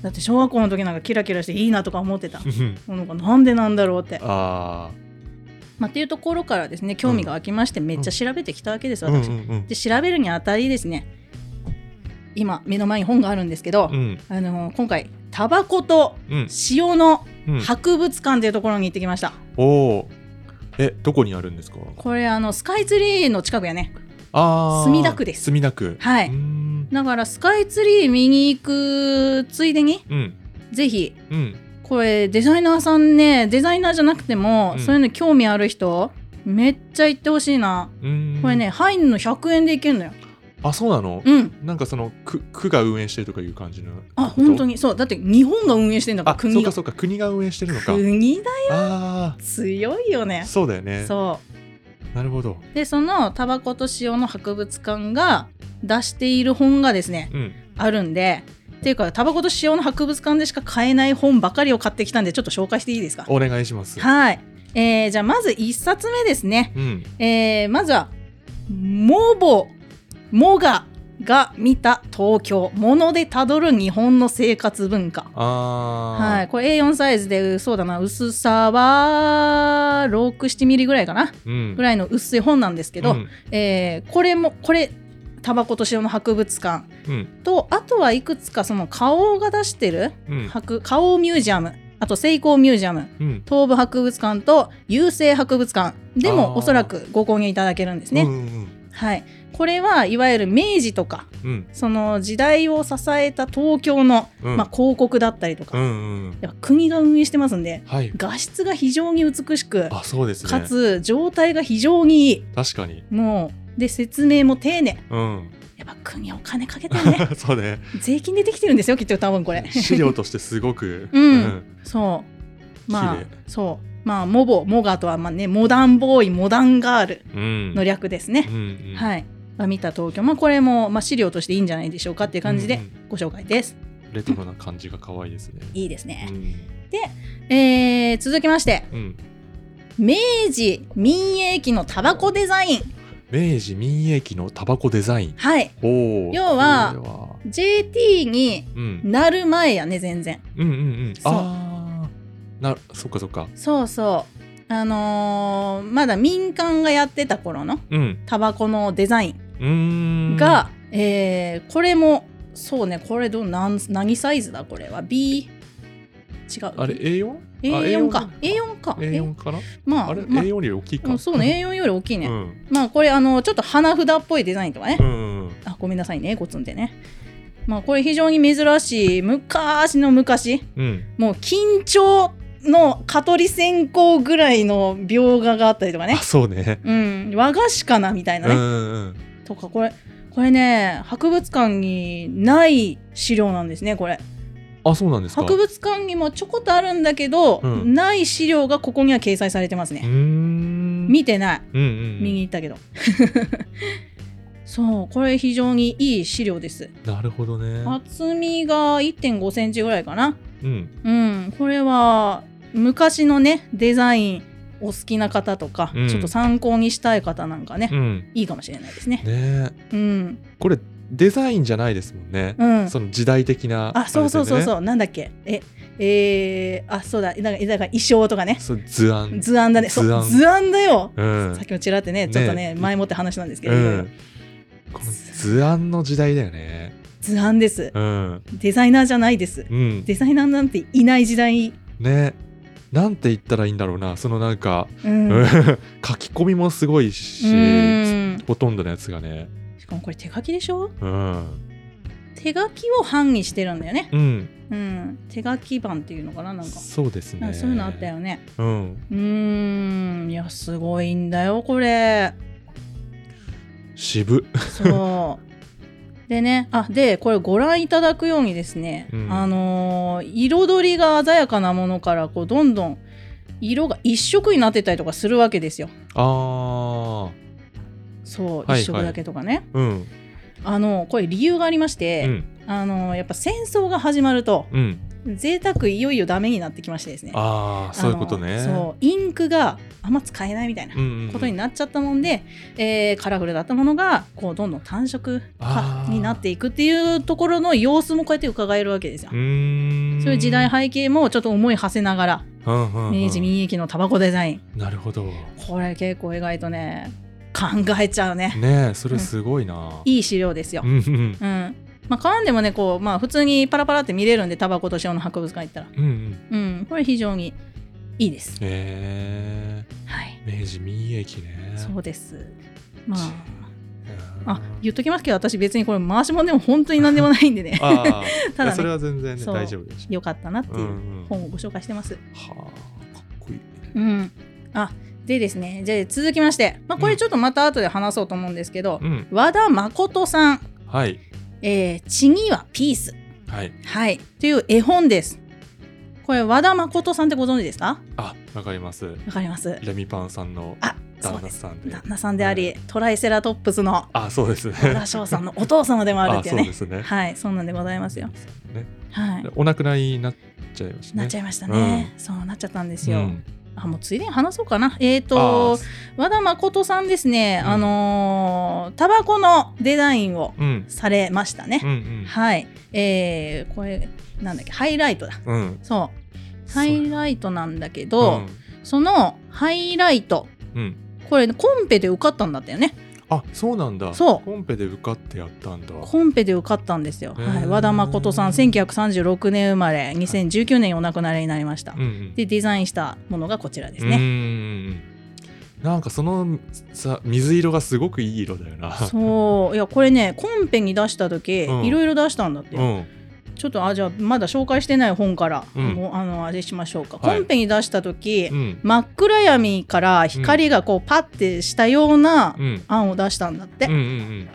[SPEAKER 2] だって小学校の時なんかキラキラしていいなとか思ってた
[SPEAKER 1] うん
[SPEAKER 2] なんかなんでなんだろうって、
[SPEAKER 1] あ
[SPEAKER 2] まあ、っていうところからですね興味が湧きましてめっちゃ調べてきたわけです
[SPEAKER 1] あうんう
[SPEAKER 2] 私、
[SPEAKER 1] ん
[SPEAKER 2] で調べるにあたりですね今目の前に本があるんですけど、
[SPEAKER 1] うんうん
[SPEAKER 2] あのー今回タバコと
[SPEAKER 1] うん
[SPEAKER 2] 塩の
[SPEAKER 1] うん
[SPEAKER 2] 博物館というところに行ってきました、
[SPEAKER 1] おおえどこにあるんですか
[SPEAKER 2] これあのスカイツリーの近くやね
[SPEAKER 1] ああ
[SPEAKER 2] 墨田区です
[SPEAKER 1] 墨田区
[SPEAKER 2] はいう
[SPEAKER 1] ーん
[SPEAKER 2] だからスカイツリー見に行くついでに
[SPEAKER 1] うん
[SPEAKER 2] ぜひ
[SPEAKER 1] うん
[SPEAKER 2] これデザイナーさんねデザイナーじゃなくても、
[SPEAKER 1] うん
[SPEAKER 2] そういうの興味ある人めっちゃ行ってほしいな
[SPEAKER 1] うん
[SPEAKER 2] これね、入んの100円で行けるのよ
[SPEAKER 1] あそうなの
[SPEAKER 2] うん
[SPEAKER 1] なんかその区区が運営してるとかいう感じの
[SPEAKER 2] あ本当
[SPEAKER 1] に
[SPEAKER 2] にそうだって日本が運営してんだから
[SPEAKER 1] あそう
[SPEAKER 2] 国が
[SPEAKER 1] かそうか国が運営してるのか
[SPEAKER 2] 国だ
[SPEAKER 1] あ
[SPEAKER 2] 強いよ
[SPEAKER 1] あ
[SPEAKER 2] ね
[SPEAKER 1] そうだよね
[SPEAKER 2] そ
[SPEAKER 1] なるほど
[SPEAKER 2] うでそのタバコと塩の博物館が出している本がですね
[SPEAKER 1] うん
[SPEAKER 2] あるんでっていうかタバコと塩の博物館でしか買えない本ばかりを買ってきたんでちょっと紹介していいですか
[SPEAKER 1] お願いします
[SPEAKER 2] はい、えー、じゃあまず1冊目ですね
[SPEAKER 1] うん
[SPEAKER 2] えーまずは「モボモガが見た東京ものでたどる日本の生活文化」
[SPEAKER 1] あー
[SPEAKER 2] はい、これ A4 サイズでそうだな薄さは67ミリぐらいかな
[SPEAKER 1] うん
[SPEAKER 2] ぐらいの薄い本なんですけ
[SPEAKER 1] う
[SPEAKER 2] ど、
[SPEAKER 1] ん
[SPEAKER 2] えーこれもこれタバコと塩の博物館
[SPEAKER 1] うん
[SPEAKER 2] とあとはいくつかその花王が出してる
[SPEAKER 1] うん
[SPEAKER 2] 博花王ミュージアムあとセイコーミュージアム
[SPEAKER 1] うん
[SPEAKER 2] 東武博物館と郵政博物館で
[SPEAKER 1] あ
[SPEAKER 2] も
[SPEAKER 1] ー
[SPEAKER 2] おそらくご購入いただけるんですね。
[SPEAKER 1] うんうん
[SPEAKER 2] はい、これはいわゆる明治とか
[SPEAKER 1] うん
[SPEAKER 2] その時代を支えた東京の、
[SPEAKER 1] うん
[SPEAKER 2] まあ、広告だったりとか、
[SPEAKER 1] うんうんうん
[SPEAKER 2] やっぱ国が運営してますんで
[SPEAKER 1] はい
[SPEAKER 2] 画質が非常に美しく
[SPEAKER 1] あそうですね
[SPEAKER 2] かつ状態が非常にいい
[SPEAKER 1] 確かに
[SPEAKER 2] もうで説明も丁寧
[SPEAKER 1] うん
[SPEAKER 2] やっぱ国はお金かけてね
[SPEAKER 1] そうね
[SPEAKER 2] 税金でできてるんですよきっと多分これ
[SPEAKER 1] 資料としてすごく
[SPEAKER 2] うんそうまあ
[SPEAKER 1] 綺麗
[SPEAKER 2] そうまあモボモガとはまあねモダンボーイモダンガール
[SPEAKER 1] うん
[SPEAKER 2] の略ですね
[SPEAKER 1] う、んうん
[SPEAKER 2] はい、まあ、見た東京まあこれも、まあ、資料としていいんじゃないでしょうかっていう感じで
[SPEAKER 1] うんうん
[SPEAKER 2] ご紹介です。
[SPEAKER 1] レトロな感じが可愛いですね
[SPEAKER 2] いいですね
[SPEAKER 1] う。ん
[SPEAKER 2] えー、続きまして、
[SPEAKER 1] うん
[SPEAKER 2] 明治民営期のタバコデザイン。
[SPEAKER 1] 明治民営期のタバコデザイン
[SPEAKER 2] はい。
[SPEAKER 1] おお
[SPEAKER 2] 要は
[SPEAKER 1] これは
[SPEAKER 2] JT に
[SPEAKER 1] うん
[SPEAKER 2] なる前やね、全然。
[SPEAKER 1] うんうんうん
[SPEAKER 2] そう
[SPEAKER 1] ああなそっかそっか
[SPEAKER 2] そうそう。あのーまだ民間がやってた頃の
[SPEAKER 1] うん
[SPEAKER 2] タバコのデザイン
[SPEAKER 1] うーん
[SPEAKER 2] が、えーこれも、そうね、これどう、なん、何サイズだこれは ?B? 違う。
[SPEAKER 1] あれ A4? あ
[SPEAKER 2] A4 か。
[SPEAKER 1] A4
[SPEAKER 2] A4 か。
[SPEAKER 1] A4 かな
[SPEAKER 2] ま
[SPEAKER 1] あ
[SPEAKER 2] あ、
[SPEAKER 1] れ
[SPEAKER 2] まあ
[SPEAKER 1] A4 より大きい
[SPEAKER 2] うん
[SPEAKER 1] か
[SPEAKER 2] そうね、A4 より大きいね。
[SPEAKER 1] うん
[SPEAKER 2] まあこれあのちょっと花札っぽいデザインとかね、
[SPEAKER 1] うんうん
[SPEAKER 2] あごめんなさいねゴツンでねまあこれ非常に珍しい昔の昔
[SPEAKER 1] うん
[SPEAKER 2] もう緊張の蚊取り線香ぐらいの描画があったりとか
[SPEAKER 1] あ
[SPEAKER 2] ね
[SPEAKER 1] そうね
[SPEAKER 2] うん和菓子かなみたいな
[SPEAKER 1] う
[SPEAKER 2] ね、
[SPEAKER 1] んうん
[SPEAKER 2] とかこれこれね博物館にない資料なんですねこれ
[SPEAKER 1] あそうなんですか
[SPEAKER 2] 博物館にもちょこっとあるんだけど、
[SPEAKER 1] うん
[SPEAKER 2] ない資料がここには掲載されてますね
[SPEAKER 1] うー、ん
[SPEAKER 2] 見てない
[SPEAKER 1] うんうん
[SPEAKER 2] 右行ったけど そうこれ非常にいい資料です
[SPEAKER 1] なるほどね
[SPEAKER 2] 厚みが1 5センチぐらいかな
[SPEAKER 1] うん
[SPEAKER 2] うんこれは昔のねデザインお好きな方とか、
[SPEAKER 1] うん
[SPEAKER 2] ちょっと参考にしたい方なんかね、
[SPEAKER 1] うん
[SPEAKER 2] いいかもしれないですね
[SPEAKER 1] ね
[SPEAKER 2] うん
[SPEAKER 1] えこれデザインじゃないですもんね
[SPEAKER 2] うん
[SPEAKER 1] その時代的な
[SPEAKER 2] あそうそうそう
[SPEAKER 1] う
[SPEAKER 2] そう、なんだっけええー、あそうだなんかだから衣装とかね
[SPEAKER 1] そう図案
[SPEAKER 2] 図案だねそう
[SPEAKER 1] 図案
[SPEAKER 2] 図案だよ、
[SPEAKER 1] うん
[SPEAKER 2] さっきもちらってねちょっとね
[SPEAKER 1] ね
[SPEAKER 2] 前もって話なんですけど、いろいうろ
[SPEAKER 1] んこの図案の時代だよね
[SPEAKER 2] 図案です
[SPEAKER 1] うん
[SPEAKER 2] デザイナーじゃないです
[SPEAKER 1] うん
[SPEAKER 2] デザイナーなんていない時代、
[SPEAKER 1] ねなんて言ったらいいんだろうなそのなんか
[SPEAKER 2] うん、
[SPEAKER 1] うん
[SPEAKER 2] う
[SPEAKER 1] 書き込みもすごいし
[SPEAKER 2] ーん
[SPEAKER 1] ほとんどのやつがね
[SPEAKER 2] しかもこれ手書きでしょ
[SPEAKER 1] うん
[SPEAKER 2] 手書きを版にしてるんだよね、
[SPEAKER 1] うん
[SPEAKER 2] うん、手書き版っていうのかななんか
[SPEAKER 1] そうです
[SPEAKER 2] なん
[SPEAKER 1] ね
[SPEAKER 2] かそういうのあったよね
[SPEAKER 1] うん
[SPEAKER 2] うーんいやすごいんだよこれ
[SPEAKER 1] 渋
[SPEAKER 2] そうでねあでこれご覧いただくようにですね、
[SPEAKER 1] うん
[SPEAKER 2] あのー彩りが鮮やかなものからこうどんどん色が一色になってたりとかするわけですよ
[SPEAKER 1] ああ
[SPEAKER 2] そう、
[SPEAKER 1] はい
[SPEAKER 2] 一色だけとかね
[SPEAKER 1] うん
[SPEAKER 2] あのこれ理由がありまし
[SPEAKER 1] う
[SPEAKER 2] て、
[SPEAKER 1] ん
[SPEAKER 2] あのやっぱ戦争が始まると
[SPEAKER 1] うん
[SPEAKER 2] 贅沢いよいよダメになってきましてですね
[SPEAKER 1] ああそういうことね
[SPEAKER 2] あのそうインクがあんま使えないみたいな
[SPEAKER 1] うんうんうん
[SPEAKER 2] ことになっちゃったもんで、えーカラフルだったものがこうどんどん単色化
[SPEAKER 1] あー
[SPEAKER 2] になっていくっていうところの様子もこうやって伺えるわけですよ
[SPEAKER 1] う。ーん
[SPEAKER 2] そういう時代背景もちょっと思い馳せながら
[SPEAKER 1] うんうんうん
[SPEAKER 2] 明治民益のタバコデザイン
[SPEAKER 1] なるほど
[SPEAKER 2] これ結構意外とね考えちゃうね
[SPEAKER 1] ねえそれすごいな、
[SPEAKER 2] いい資料ですよ
[SPEAKER 1] う。んうん
[SPEAKER 2] うんまあ、買わんでもねこう、まあ、普通にパラパラって見れるんでタバコと塩の博物館行ったら、
[SPEAKER 1] うんうん
[SPEAKER 2] うん、これ非常にいいです。
[SPEAKER 1] え
[SPEAKER 2] はい、
[SPEAKER 1] ー、明治民益ね
[SPEAKER 2] そうですまあ
[SPEAKER 1] うん
[SPEAKER 2] あ言っときますけど私別にこれ回しもんでも本当に何でもないんでね
[SPEAKER 1] ああ
[SPEAKER 2] ただ
[SPEAKER 1] それ
[SPEAKER 2] ね
[SPEAKER 1] は全然ね
[SPEAKER 2] そう
[SPEAKER 1] 大丈夫でしょ
[SPEAKER 2] よかったなっていうん
[SPEAKER 1] んは
[SPEAKER 2] 本をご紹介してます。
[SPEAKER 1] あかっこいい
[SPEAKER 2] うん、あでですねじゃあ続きまして、まあ、これちょっとまた後で話そうと思うんですけど、
[SPEAKER 1] うん
[SPEAKER 2] 和田誠さん
[SPEAKER 1] はい
[SPEAKER 2] 「えー、地にはピース
[SPEAKER 1] はい」
[SPEAKER 2] はいという絵本です。これ和田誠さんってご存知ですか
[SPEAKER 1] あわかります
[SPEAKER 2] わかります
[SPEAKER 1] レミパンさんの
[SPEAKER 2] あそう
[SPEAKER 1] 旦
[SPEAKER 2] で
[SPEAKER 1] 那
[SPEAKER 2] す
[SPEAKER 1] さんで
[SPEAKER 2] 旦那さんであり、トライセラトップスの
[SPEAKER 1] あそうですね
[SPEAKER 2] 和田翔さんのお父様でもある
[SPEAKER 1] あ
[SPEAKER 2] っていう
[SPEAKER 1] そう
[SPEAKER 2] ね
[SPEAKER 1] ですね
[SPEAKER 2] はいそうなんでございますよ
[SPEAKER 1] ね
[SPEAKER 2] はい
[SPEAKER 1] お亡くなりになっちゃいましたね
[SPEAKER 2] なっちゃいましたね、そうなっちゃったんですよ、
[SPEAKER 1] うん
[SPEAKER 2] あもうついでに話そうかなえっ、
[SPEAKER 1] あ
[SPEAKER 2] と
[SPEAKER 1] ー
[SPEAKER 2] 和田誠さんですね、
[SPEAKER 1] うん
[SPEAKER 2] あのータバコのデザインを
[SPEAKER 1] うん
[SPEAKER 2] されましたね
[SPEAKER 1] う、ん
[SPEAKER 2] はいえー、これなんだっけハイライトだ
[SPEAKER 1] うんうん
[SPEAKER 2] そう
[SPEAKER 1] そう
[SPEAKER 2] ハイライトなんだけ
[SPEAKER 1] う
[SPEAKER 2] ど、
[SPEAKER 1] ん
[SPEAKER 2] そのハイライト
[SPEAKER 1] うん
[SPEAKER 2] これコンペで受かったんだったよね
[SPEAKER 1] あそうなんだ
[SPEAKER 2] そう
[SPEAKER 1] コンペで受かってやったんだ
[SPEAKER 2] コンペで受かったんですよ、
[SPEAKER 1] へー
[SPEAKER 2] はい、和田誠さん1936年生まれ2019年にお亡くなりになりました、
[SPEAKER 1] うんうん
[SPEAKER 2] でデザインしたものがこちらです
[SPEAKER 1] う
[SPEAKER 2] ね、
[SPEAKER 1] ーんなんかそのさ水色がすごくいい色だよな。
[SPEAKER 2] そういやこれねコンペに出した時、
[SPEAKER 1] うん
[SPEAKER 2] いろいろ出したんだってよ、
[SPEAKER 1] うん。
[SPEAKER 2] ちょっとあじゃあまだ紹介してない本から、
[SPEAKER 1] うん
[SPEAKER 2] もうあのあれしましょうか、
[SPEAKER 1] はい
[SPEAKER 2] コンペに出した時、
[SPEAKER 1] うん。
[SPEAKER 2] 真っ暗闇から光がこうパッてしたような
[SPEAKER 1] うん。
[SPEAKER 2] 案を出したんだって、
[SPEAKER 1] うんうん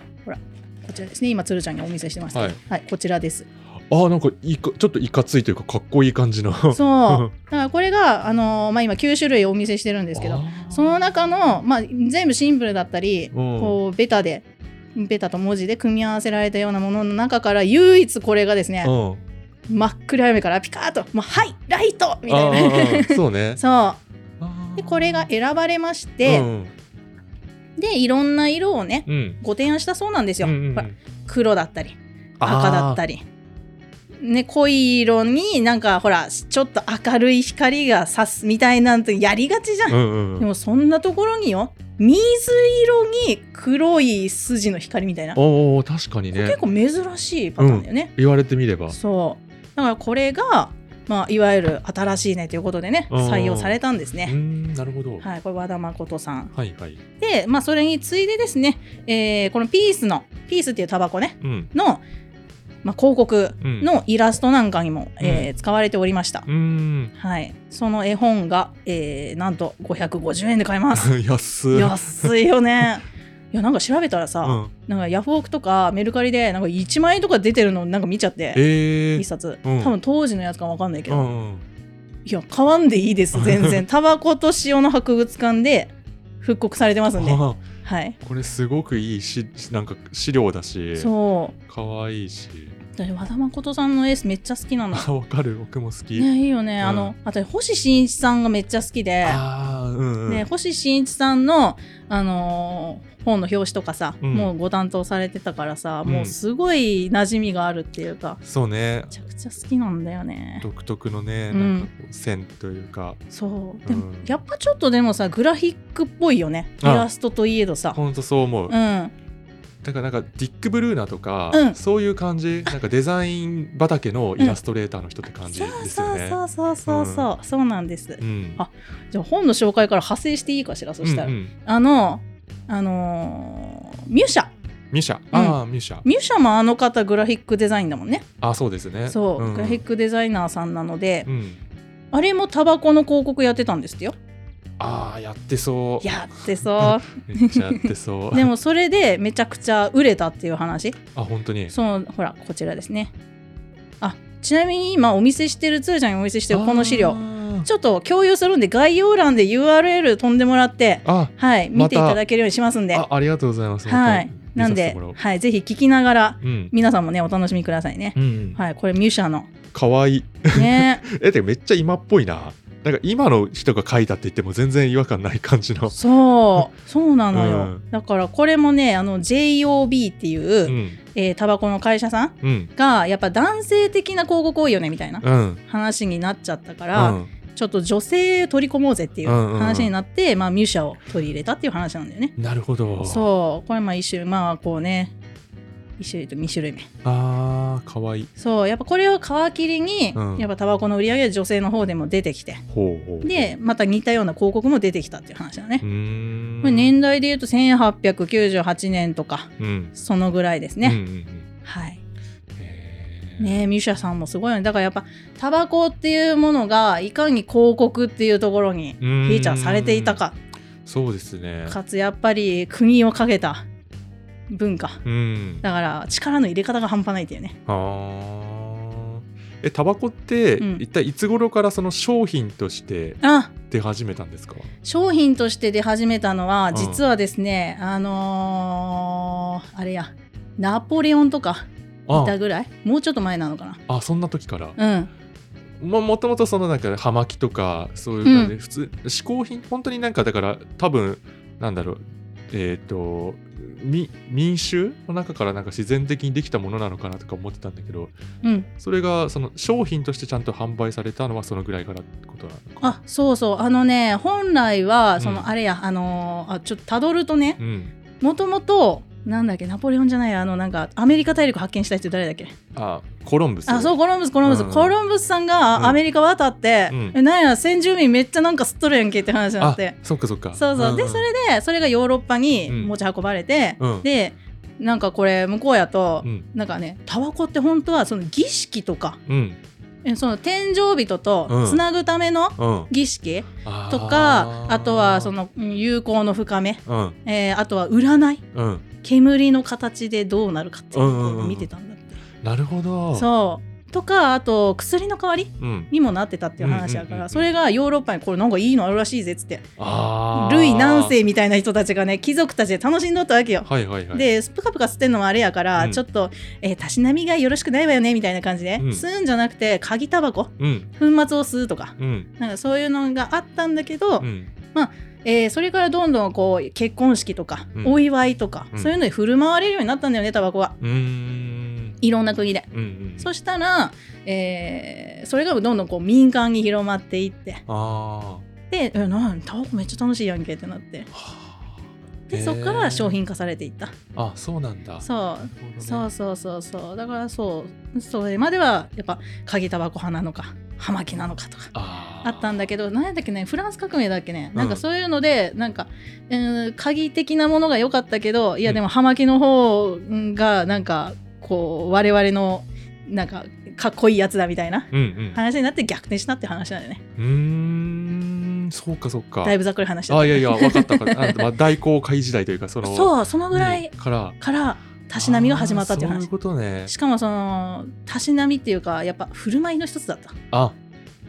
[SPEAKER 2] こちらですね今鶴ちゃんにお見せしてました、
[SPEAKER 1] は
[SPEAKER 2] はいいこちらで
[SPEAKER 1] う
[SPEAKER 2] す
[SPEAKER 1] ん。あなんかいいかちょっといかついというかかっこいい感じの。
[SPEAKER 2] そう だからこれが、あのーまあ、今9種類お見せしてるんですけ
[SPEAKER 1] あ
[SPEAKER 2] ど
[SPEAKER 1] ー
[SPEAKER 2] その中の、まあ、全部シンプルだったり、
[SPEAKER 1] うん
[SPEAKER 2] こうベタでベタと文字で組み合わせられたようなものの中から唯一これがですね、
[SPEAKER 1] うん。
[SPEAKER 2] 真っ暗闇からピカーッと「もうはいライト!」みた
[SPEAKER 1] あ
[SPEAKER 2] いな。
[SPEAKER 1] ーそうね。
[SPEAKER 2] そう
[SPEAKER 1] あー
[SPEAKER 2] でこれが選ばれまして、
[SPEAKER 1] うん
[SPEAKER 2] でいろんな色をね
[SPEAKER 1] うん。
[SPEAKER 2] ご提案したそうなんですよ、
[SPEAKER 1] うんうんうん
[SPEAKER 2] ほら黒だったり赤だったりね濃い色になんかほらちょっと明るい光が差すみたいなんてやりがちじゃ
[SPEAKER 1] あ
[SPEAKER 2] ん、
[SPEAKER 1] ーうんう
[SPEAKER 2] で
[SPEAKER 1] ん。
[SPEAKER 2] もそんなところによ水色に黒い筋の光みたいな
[SPEAKER 1] おお確かにね
[SPEAKER 2] 結。構珍しいパターンだよね、
[SPEAKER 1] 言われてみれば。
[SPEAKER 2] そうだからこれが、まあ、いわゆる新しいねということでね
[SPEAKER 1] うん
[SPEAKER 2] 採用されたんです
[SPEAKER 1] うー
[SPEAKER 2] ね、
[SPEAKER 1] んなるほど。は
[SPEAKER 2] はいこれ和田誠さん
[SPEAKER 1] いはい。
[SPEAKER 2] で、まあ、それに次いでですね、えーこのピースのピースっていうタバコね
[SPEAKER 1] うん
[SPEAKER 2] の、まあ、広告
[SPEAKER 1] うん。。
[SPEAKER 2] のイラストなんかにも、えー使われておりました、
[SPEAKER 1] うーん。
[SPEAKER 2] はい、その絵本が、えーなんと550円で買えます
[SPEAKER 1] 安っ。
[SPEAKER 2] 安い よねいやなんか調べたらさ、
[SPEAKER 1] うん。
[SPEAKER 2] なんかヤフオクとかメルカリでなんか1万円とか出てるのなんか見ちゃって
[SPEAKER 1] ええ
[SPEAKER 2] 一。冊、
[SPEAKER 1] うん
[SPEAKER 2] 多分当時のやつかわかんないけ
[SPEAKER 1] う
[SPEAKER 2] ど、い
[SPEAKER 1] んうん。
[SPEAKER 2] や買わんでい いです全然タバコと塩の博物館で復刻されてますんで、
[SPEAKER 1] あー
[SPEAKER 2] はい、
[SPEAKER 1] これすごくいいしなんか資料だし
[SPEAKER 2] そう
[SPEAKER 1] 可愛いし
[SPEAKER 2] 私和田誠さんのエースめっちゃ好きなの。
[SPEAKER 1] あわかる僕も好き、
[SPEAKER 2] ね、いいよ
[SPEAKER 1] う
[SPEAKER 2] ね、
[SPEAKER 1] ん
[SPEAKER 2] あの私星新一さんがめっちゃ好きで、
[SPEAKER 1] ああうんうん、
[SPEAKER 2] ね、星新一さんの、あのー本の表紙とかさ、
[SPEAKER 1] うん
[SPEAKER 2] もうご担当されてたからさ、
[SPEAKER 1] うん
[SPEAKER 2] もうすごい馴染みがあるっていうかめ
[SPEAKER 1] そうね
[SPEAKER 2] ちゃくちゃ好きなんだよね。
[SPEAKER 1] 独特のね、
[SPEAKER 2] うん
[SPEAKER 1] なんかこう線というか
[SPEAKER 2] そうで
[SPEAKER 1] う
[SPEAKER 2] も、
[SPEAKER 1] ん
[SPEAKER 2] やっぱちょっとでもさグラフィックっぽいよねイ
[SPEAKER 1] あ
[SPEAKER 2] ラストといえどさ。
[SPEAKER 1] ほんとそう思う、
[SPEAKER 2] うん、
[SPEAKER 1] だからなんかディック・ブルーナとか、
[SPEAKER 2] うん
[SPEAKER 1] そういう感じなんかデザイン畑のイラストレーターの人って感じ
[SPEAKER 2] そ
[SPEAKER 1] で
[SPEAKER 2] う
[SPEAKER 1] すよ
[SPEAKER 2] そう
[SPEAKER 1] ね。
[SPEAKER 2] そうそうそうそう、そうなんです、
[SPEAKER 1] うん
[SPEAKER 2] あじゃあ本の紹介から派生していいかしらそしたら、
[SPEAKER 1] うんうん
[SPEAKER 2] あのあのーミュシャ
[SPEAKER 1] ミシャああ、ミシャ
[SPEAKER 2] ミュシャもあの方グラフィックデザインだもんね
[SPEAKER 1] あそうですね
[SPEAKER 2] そう、
[SPEAKER 1] ん
[SPEAKER 2] グラフィックデザイナーさんなので、
[SPEAKER 1] うん
[SPEAKER 2] あれもタバコの広告やってたんですってよ
[SPEAKER 1] ああやってそう
[SPEAKER 2] やってそ
[SPEAKER 1] めっちゃやって そう
[SPEAKER 2] でもそれでめちゃくちゃ売れたっていう話
[SPEAKER 1] うあ本当に
[SPEAKER 2] そのほらこちらですねあちなみに今お見せしてるつるちゃんにお見せしてるこの資
[SPEAKER 1] あ
[SPEAKER 2] 料
[SPEAKER 1] ー
[SPEAKER 2] ちょっと共有するんで概要欄で URL 飛んでもらって
[SPEAKER 1] あ
[SPEAKER 2] はい見てい
[SPEAKER 1] また
[SPEAKER 2] ただけるようにしますんで、
[SPEAKER 1] あありがとうございます
[SPEAKER 2] は
[SPEAKER 1] 本
[SPEAKER 2] い
[SPEAKER 1] 当に
[SPEAKER 2] なん
[SPEAKER 1] 見させて
[SPEAKER 2] で
[SPEAKER 1] もらおう、
[SPEAKER 2] はい、ぜひ聞きながら
[SPEAKER 1] うん
[SPEAKER 2] 皆さんもねお楽しみくださいね、
[SPEAKER 1] うん
[SPEAKER 2] はいこれミュシャの
[SPEAKER 1] かわいい
[SPEAKER 2] ね
[SPEAKER 1] えてかめっちゃ今っぽいななんか今の人が書いたって言っても全然違和感ない感じの
[SPEAKER 2] そうそうなのよ、
[SPEAKER 1] う
[SPEAKER 2] だからこれもねあの JOB っていう、
[SPEAKER 1] うん
[SPEAKER 2] えータバコの会社さん
[SPEAKER 1] うん
[SPEAKER 2] がやっぱ男性的な広告多いよねみたいな
[SPEAKER 1] うん
[SPEAKER 2] 話になっちゃったか
[SPEAKER 1] う
[SPEAKER 2] ら、
[SPEAKER 1] ん
[SPEAKER 2] ちょっと女性取り込もうぜっていう
[SPEAKER 1] うんうんうん
[SPEAKER 2] 話になって、まあ、ミュシャを取り入れたっていう話なんだよね。
[SPEAKER 1] なるほど
[SPEAKER 2] そうこれまあ一種まあこうね一種類と2種類目
[SPEAKER 1] あーかわいい
[SPEAKER 2] そうやっぱこれを皮切りに、
[SPEAKER 1] うん
[SPEAKER 2] やっぱタバコの売り上げは女性の方でも出てきて
[SPEAKER 1] ほうほう
[SPEAKER 2] でまた似たような広告も出てきたっていう話だね
[SPEAKER 1] う、ーん
[SPEAKER 2] これ年代でいうと1898年とか
[SPEAKER 1] うん
[SPEAKER 2] そのぐらいです
[SPEAKER 1] うん
[SPEAKER 2] ね、
[SPEAKER 1] うんうん
[SPEAKER 2] はい
[SPEAKER 1] へー
[SPEAKER 2] ねえミュシャさんもすごいよねだからやっぱタバコっていうものがいかに広告っていうところに
[SPEAKER 1] フ
[SPEAKER 2] フ
[SPEAKER 1] ィ
[SPEAKER 2] ィーチャーされていたか
[SPEAKER 1] そうですね
[SPEAKER 2] かつやっぱり国をかけた文化
[SPEAKER 1] うん
[SPEAKER 2] だから力の入れ方が半端ないっていうね
[SPEAKER 1] あーえタバコって
[SPEAKER 2] うん
[SPEAKER 1] 一体いつ頃からその商品として
[SPEAKER 2] あ
[SPEAKER 1] 出始めたんですか
[SPEAKER 2] 商品として出始めたのは
[SPEAKER 1] ん
[SPEAKER 2] 実はですね、あのーあれやナポレオンとかいた
[SPEAKER 1] あ
[SPEAKER 2] ぐらいもうちょっと前なのか
[SPEAKER 1] あそんな時から
[SPEAKER 2] なうん
[SPEAKER 1] まあ、もともとそのなんか葉巻とかそういう感じで普通嗜好品本当になんかだから多分なんだろうえっ、とみ民衆の中からなんか自然的にできたものなのかなとか思ってたんだけど
[SPEAKER 2] うん
[SPEAKER 1] それがその商品としてちゃんと販売されたのはそのぐらいからってことなのか
[SPEAKER 2] あそうそうあのね本来はそうの
[SPEAKER 1] ん
[SPEAKER 2] あれや、あのーあちょっとたどるとね
[SPEAKER 1] うん
[SPEAKER 2] もともとなんだっけナポレオンじゃないあのなんかアメリカ大陸発見した人誰だっけ
[SPEAKER 1] あコロンブス
[SPEAKER 2] あそう
[SPEAKER 1] う
[SPEAKER 2] コロンブスコロンブス、
[SPEAKER 1] うん
[SPEAKER 2] コロンブスさん
[SPEAKER 1] うん
[SPEAKER 2] がアメリカ渡って、
[SPEAKER 1] うん
[SPEAKER 2] えなんや先住民めっちゃなんか吸っとるやんけって話にな
[SPEAKER 1] あ
[SPEAKER 2] って
[SPEAKER 1] そっかそっか
[SPEAKER 2] そうそう、でそれでそれがヨーロッパに
[SPEAKER 1] うん
[SPEAKER 2] 持ち運ばれて、
[SPEAKER 1] うん
[SPEAKER 2] でなんかこれ向こうやと、
[SPEAKER 1] うん
[SPEAKER 2] なんかねタバコって本当はその儀式とか
[SPEAKER 1] うん
[SPEAKER 2] えその天井人
[SPEAKER 1] う
[SPEAKER 2] と
[SPEAKER 1] ん
[SPEAKER 2] つなぐための
[SPEAKER 1] うん
[SPEAKER 2] 儀式
[SPEAKER 1] あー
[SPEAKER 2] とか、あとはそのうん友好の深め、
[SPEAKER 1] うん
[SPEAKER 2] えーあとは占い
[SPEAKER 1] うん
[SPEAKER 2] 煙の形でどうなるかっていうのを見てたんだって、
[SPEAKER 1] なるほど
[SPEAKER 2] そうとかあと薬の代わり
[SPEAKER 1] うん
[SPEAKER 2] にもなってたっていう話だ
[SPEAKER 1] うん
[SPEAKER 2] から、
[SPEAKER 1] うんうんうん
[SPEAKER 2] それがヨーロッパにこれなんかいいのあるらしいぜっつって
[SPEAKER 1] あー
[SPEAKER 2] ルイ何世みたいな人たちがね貴族たちで楽しんどったわけよ。
[SPEAKER 1] はいはいはい
[SPEAKER 2] でプカプカ吸ってんのもあれやから、
[SPEAKER 1] うん
[SPEAKER 2] ちょっと、えーたしなみがよろしくないわよねみたいな感じで、
[SPEAKER 1] うん
[SPEAKER 2] 吸うんじゃなくて鍵タバコ粉
[SPEAKER 1] うん
[SPEAKER 2] 末を吸うとか
[SPEAKER 1] うん
[SPEAKER 2] なんかそういうのがあったんだけど、
[SPEAKER 1] うん
[SPEAKER 2] えーそれからどんどんこう結婚式とか、
[SPEAKER 1] うん
[SPEAKER 2] お祝いとか、
[SPEAKER 1] うん
[SPEAKER 2] そういうのに振る舞われるようになったんだよねタバコは
[SPEAKER 1] うーん
[SPEAKER 2] いろんな国で。
[SPEAKER 1] うんうん
[SPEAKER 2] そしたら、えーそれがどんどんこう民間に広まっていって
[SPEAKER 1] あー
[SPEAKER 2] で「えなんタバコめっちゃ楽しいやんけ」ってなって
[SPEAKER 1] はー
[SPEAKER 2] で
[SPEAKER 1] へー
[SPEAKER 2] そこから商品化されていった
[SPEAKER 1] あそうなんだ
[SPEAKER 2] そ
[SPEAKER 1] なるほどね
[SPEAKER 2] うそうそうそうそうだからそうそれまではやっぱ鍵タバコ派なのか葉巻なのかとか
[SPEAKER 1] あ
[SPEAKER 2] あったんだ
[SPEAKER 1] け
[SPEAKER 2] けど何だっけねフランス革命だっけね、
[SPEAKER 1] うん
[SPEAKER 2] なんかそういうのでなんか、えー、鍵的なものが良かったけどいや
[SPEAKER 1] うん
[SPEAKER 2] でも葉巻の方がなんかこう我々のなんかかっこいいやつだみたいな
[SPEAKER 1] うんうん
[SPEAKER 2] 話になって逆転したって話なんだよね
[SPEAKER 1] うーんそうかそうか
[SPEAKER 2] だいぶざっくり話して
[SPEAKER 1] あいやいや分かった分かったあまあ大航海時代というかその
[SPEAKER 2] そうその
[SPEAKER 1] う
[SPEAKER 2] ぐらい
[SPEAKER 1] から
[SPEAKER 2] からたしなみが始まったってい
[SPEAKER 1] あ
[SPEAKER 2] う
[SPEAKER 1] ーそうい
[SPEAKER 2] 話
[SPEAKER 1] うことね
[SPEAKER 2] しかもそのたしなみっていうかやっぱ振る舞いの一つだった
[SPEAKER 1] あ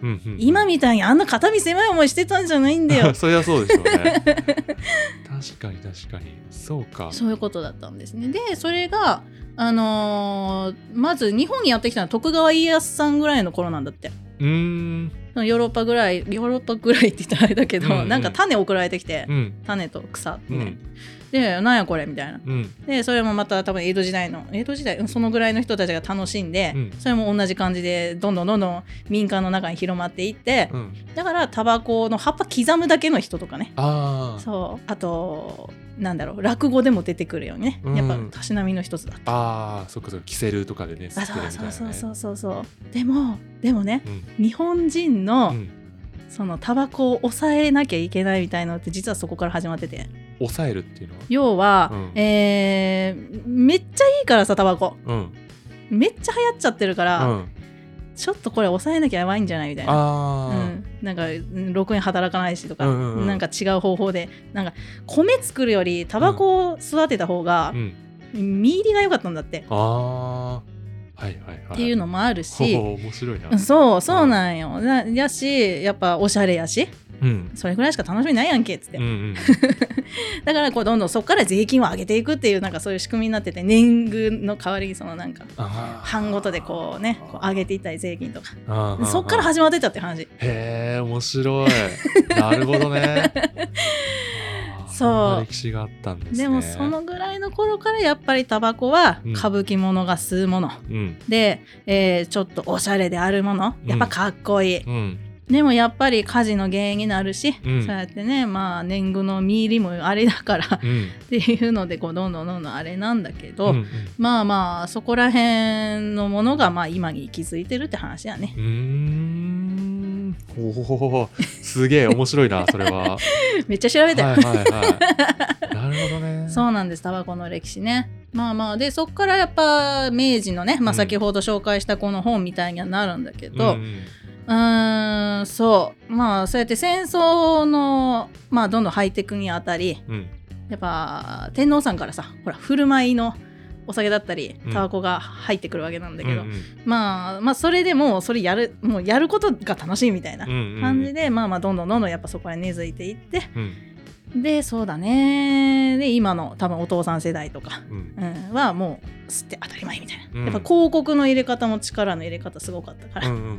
[SPEAKER 1] うんうん
[SPEAKER 2] 今みたいにあんな肩身狭い思いしてたんじゃないんだ よ
[SPEAKER 1] そりゃそうでしょう ね確かに確かにそうか
[SPEAKER 2] そういうことだったんですねでそれがあのーまず日本にやってきたのは徳川家康さんぐらいの頃なんだって
[SPEAKER 1] うーん
[SPEAKER 2] そのヨーロッパぐらいヨーロッパぐらいって言ったらあれだけど、
[SPEAKER 1] うんうん
[SPEAKER 2] なんか種送られてきて、
[SPEAKER 1] うん
[SPEAKER 2] 種と草
[SPEAKER 1] う
[SPEAKER 2] みたいな、
[SPEAKER 1] ん
[SPEAKER 2] でなんやこれみたいな
[SPEAKER 1] うん
[SPEAKER 2] でそれもまた多分江戸時代の江戸時代うんそのぐらいの人たちが楽しんで、
[SPEAKER 1] うん
[SPEAKER 2] それも同じ感じでどんどんどんどん民間の中に広まっていって、
[SPEAKER 1] うん
[SPEAKER 2] だからタバコの葉っぱ刻むだけの人とかね
[SPEAKER 1] ああ
[SPEAKER 2] そうあとなんだろう落語でも出てくるようにね、
[SPEAKER 1] うん
[SPEAKER 2] やっぱたしなみの一つだった。
[SPEAKER 1] ああそっかそっかキセルとかでね
[SPEAKER 2] あ
[SPEAKER 1] 吸ってるみたいな
[SPEAKER 2] そう
[SPEAKER 1] ね
[SPEAKER 2] そうそうそうそうでもでもね
[SPEAKER 1] うん
[SPEAKER 2] 日本人の、
[SPEAKER 1] うん
[SPEAKER 2] そのタバコを抑えなきゃいけないみたいなのって実はそこから始まってて
[SPEAKER 1] 抑えるっていうのは
[SPEAKER 2] 要は、
[SPEAKER 1] うん
[SPEAKER 2] えーめっちゃいいからさタバコ
[SPEAKER 1] うん
[SPEAKER 2] めっちゃ流行っちゃってるから、
[SPEAKER 1] うん
[SPEAKER 2] ちょっとこれ抑えなきゃやばいんじゃないみたいな。う
[SPEAKER 1] あ
[SPEAKER 2] ん、なんか6円働かないしとか、
[SPEAKER 1] うんうんうん
[SPEAKER 2] なんか違う方法でなんか米作るよりタバコを育てた方
[SPEAKER 1] あ
[SPEAKER 2] が
[SPEAKER 1] うん
[SPEAKER 2] 実入りが良かったんだって、
[SPEAKER 1] ああはいはいはい
[SPEAKER 2] っていうのもあるし
[SPEAKER 1] ほう面白いな
[SPEAKER 2] そうそうなんよなやしやっぱおしゃれやし
[SPEAKER 1] うん
[SPEAKER 2] それぐらいしか楽しみないやんけっつって、
[SPEAKER 1] うん うん
[SPEAKER 2] だからこうどんどんそこから税金を上げていくっていうなんかそういう仕組みになってて年貢の代わりにそのなんか
[SPEAKER 1] あー
[SPEAKER 2] 半ごとでこうねこう上げていったり税金とか
[SPEAKER 1] あー
[SPEAKER 2] そっから始まってったって話
[SPEAKER 1] へえ面白 いなるほどねあー
[SPEAKER 2] そうん
[SPEAKER 1] な歴史があったんですね
[SPEAKER 2] でもそのぐらいの頃からやっぱりタバコは
[SPEAKER 1] うん
[SPEAKER 2] 歌舞伎ものが吸うもの、
[SPEAKER 1] うん
[SPEAKER 2] で、えーちょっとおしゃれであるものやっぱかっこいい、
[SPEAKER 1] うん
[SPEAKER 2] でもやっぱり火事の原因になるし、
[SPEAKER 1] うん
[SPEAKER 2] そうやってねまあ年貢の実入りもあれだからっ
[SPEAKER 1] うん
[SPEAKER 2] ていうのでこうどんどんどんどんあれなんだけど、
[SPEAKER 1] うん
[SPEAKER 2] まあまあそこら辺のものがまあ今に息づいてるって話やね
[SPEAKER 1] うんうーんおおすげえ面白 いなそれは
[SPEAKER 2] めっちゃ調
[SPEAKER 1] は
[SPEAKER 2] べ
[SPEAKER 1] い
[SPEAKER 2] たよ、
[SPEAKER 1] はいはいなるほどね
[SPEAKER 2] そうなんですタバコの歴史ねまあまあでそっからやっぱ明治のね、
[SPEAKER 1] う
[SPEAKER 2] まあ、
[SPEAKER 1] ん
[SPEAKER 2] 先ほど紹介したこの本みたいにはなるんだけ
[SPEAKER 1] うんう
[SPEAKER 2] ど、
[SPEAKER 1] ん
[SPEAKER 2] うーんそうまあそうやって戦争のまあどんどんハイテクにあたり
[SPEAKER 1] うん
[SPEAKER 2] やっぱ天皇さんからさほら振る舞いのお酒だったり
[SPEAKER 1] うん
[SPEAKER 2] タバコが入ってくるわけなんだけど、
[SPEAKER 1] うん
[SPEAKER 2] まあまあそれでもうそれやるもうやることが楽しいみたいな
[SPEAKER 1] うんうんうん
[SPEAKER 2] 感じで、まあまあどんどんどんどんやっぱそこへ根付いていって
[SPEAKER 1] うん
[SPEAKER 2] でそうだねで今の多分お父さん世代とか、
[SPEAKER 1] うん
[SPEAKER 2] うん、はもう吸って当たり前みたい
[SPEAKER 1] う
[SPEAKER 2] な、
[SPEAKER 1] ん
[SPEAKER 2] やっぱ広告の入れ方も力の入れ方すごかったから、
[SPEAKER 1] うんう
[SPEAKER 2] っ
[SPEAKER 1] んうん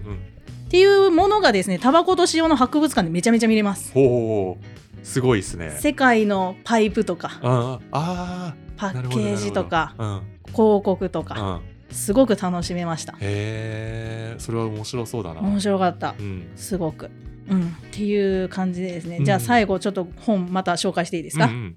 [SPEAKER 2] ていうものがですねタバコと塩の博物館でめちゃめちゃ見れます、
[SPEAKER 1] ほうすごいですね
[SPEAKER 2] 世界のパイプとか
[SPEAKER 1] あーあ
[SPEAKER 2] パ
[SPEAKER 1] ーな
[SPEAKER 2] ッ
[SPEAKER 1] る
[SPEAKER 2] ケ
[SPEAKER 1] ほど
[SPEAKER 2] ージとか
[SPEAKER 1] なるほど
[SPEAKER 2] 広告と
[SPEAKER 1] うん
[SPEAKER 2] か
[SPEAKER 1] うん
[SPEAKER 2] すごく楽しめました
[SPEAKER 1] へえそれは面白そうだな
[SPEAKER 2] 面白かった
[SPEAKER 1] うん
[SPEAKER 2] すごく、うん、っていう感じでですね、
[SPEAKER 1] うん
[SPEAKER 2] じゃあ最後ちょっと本また紹介していいですか、
[SPEAKER 1] うんうん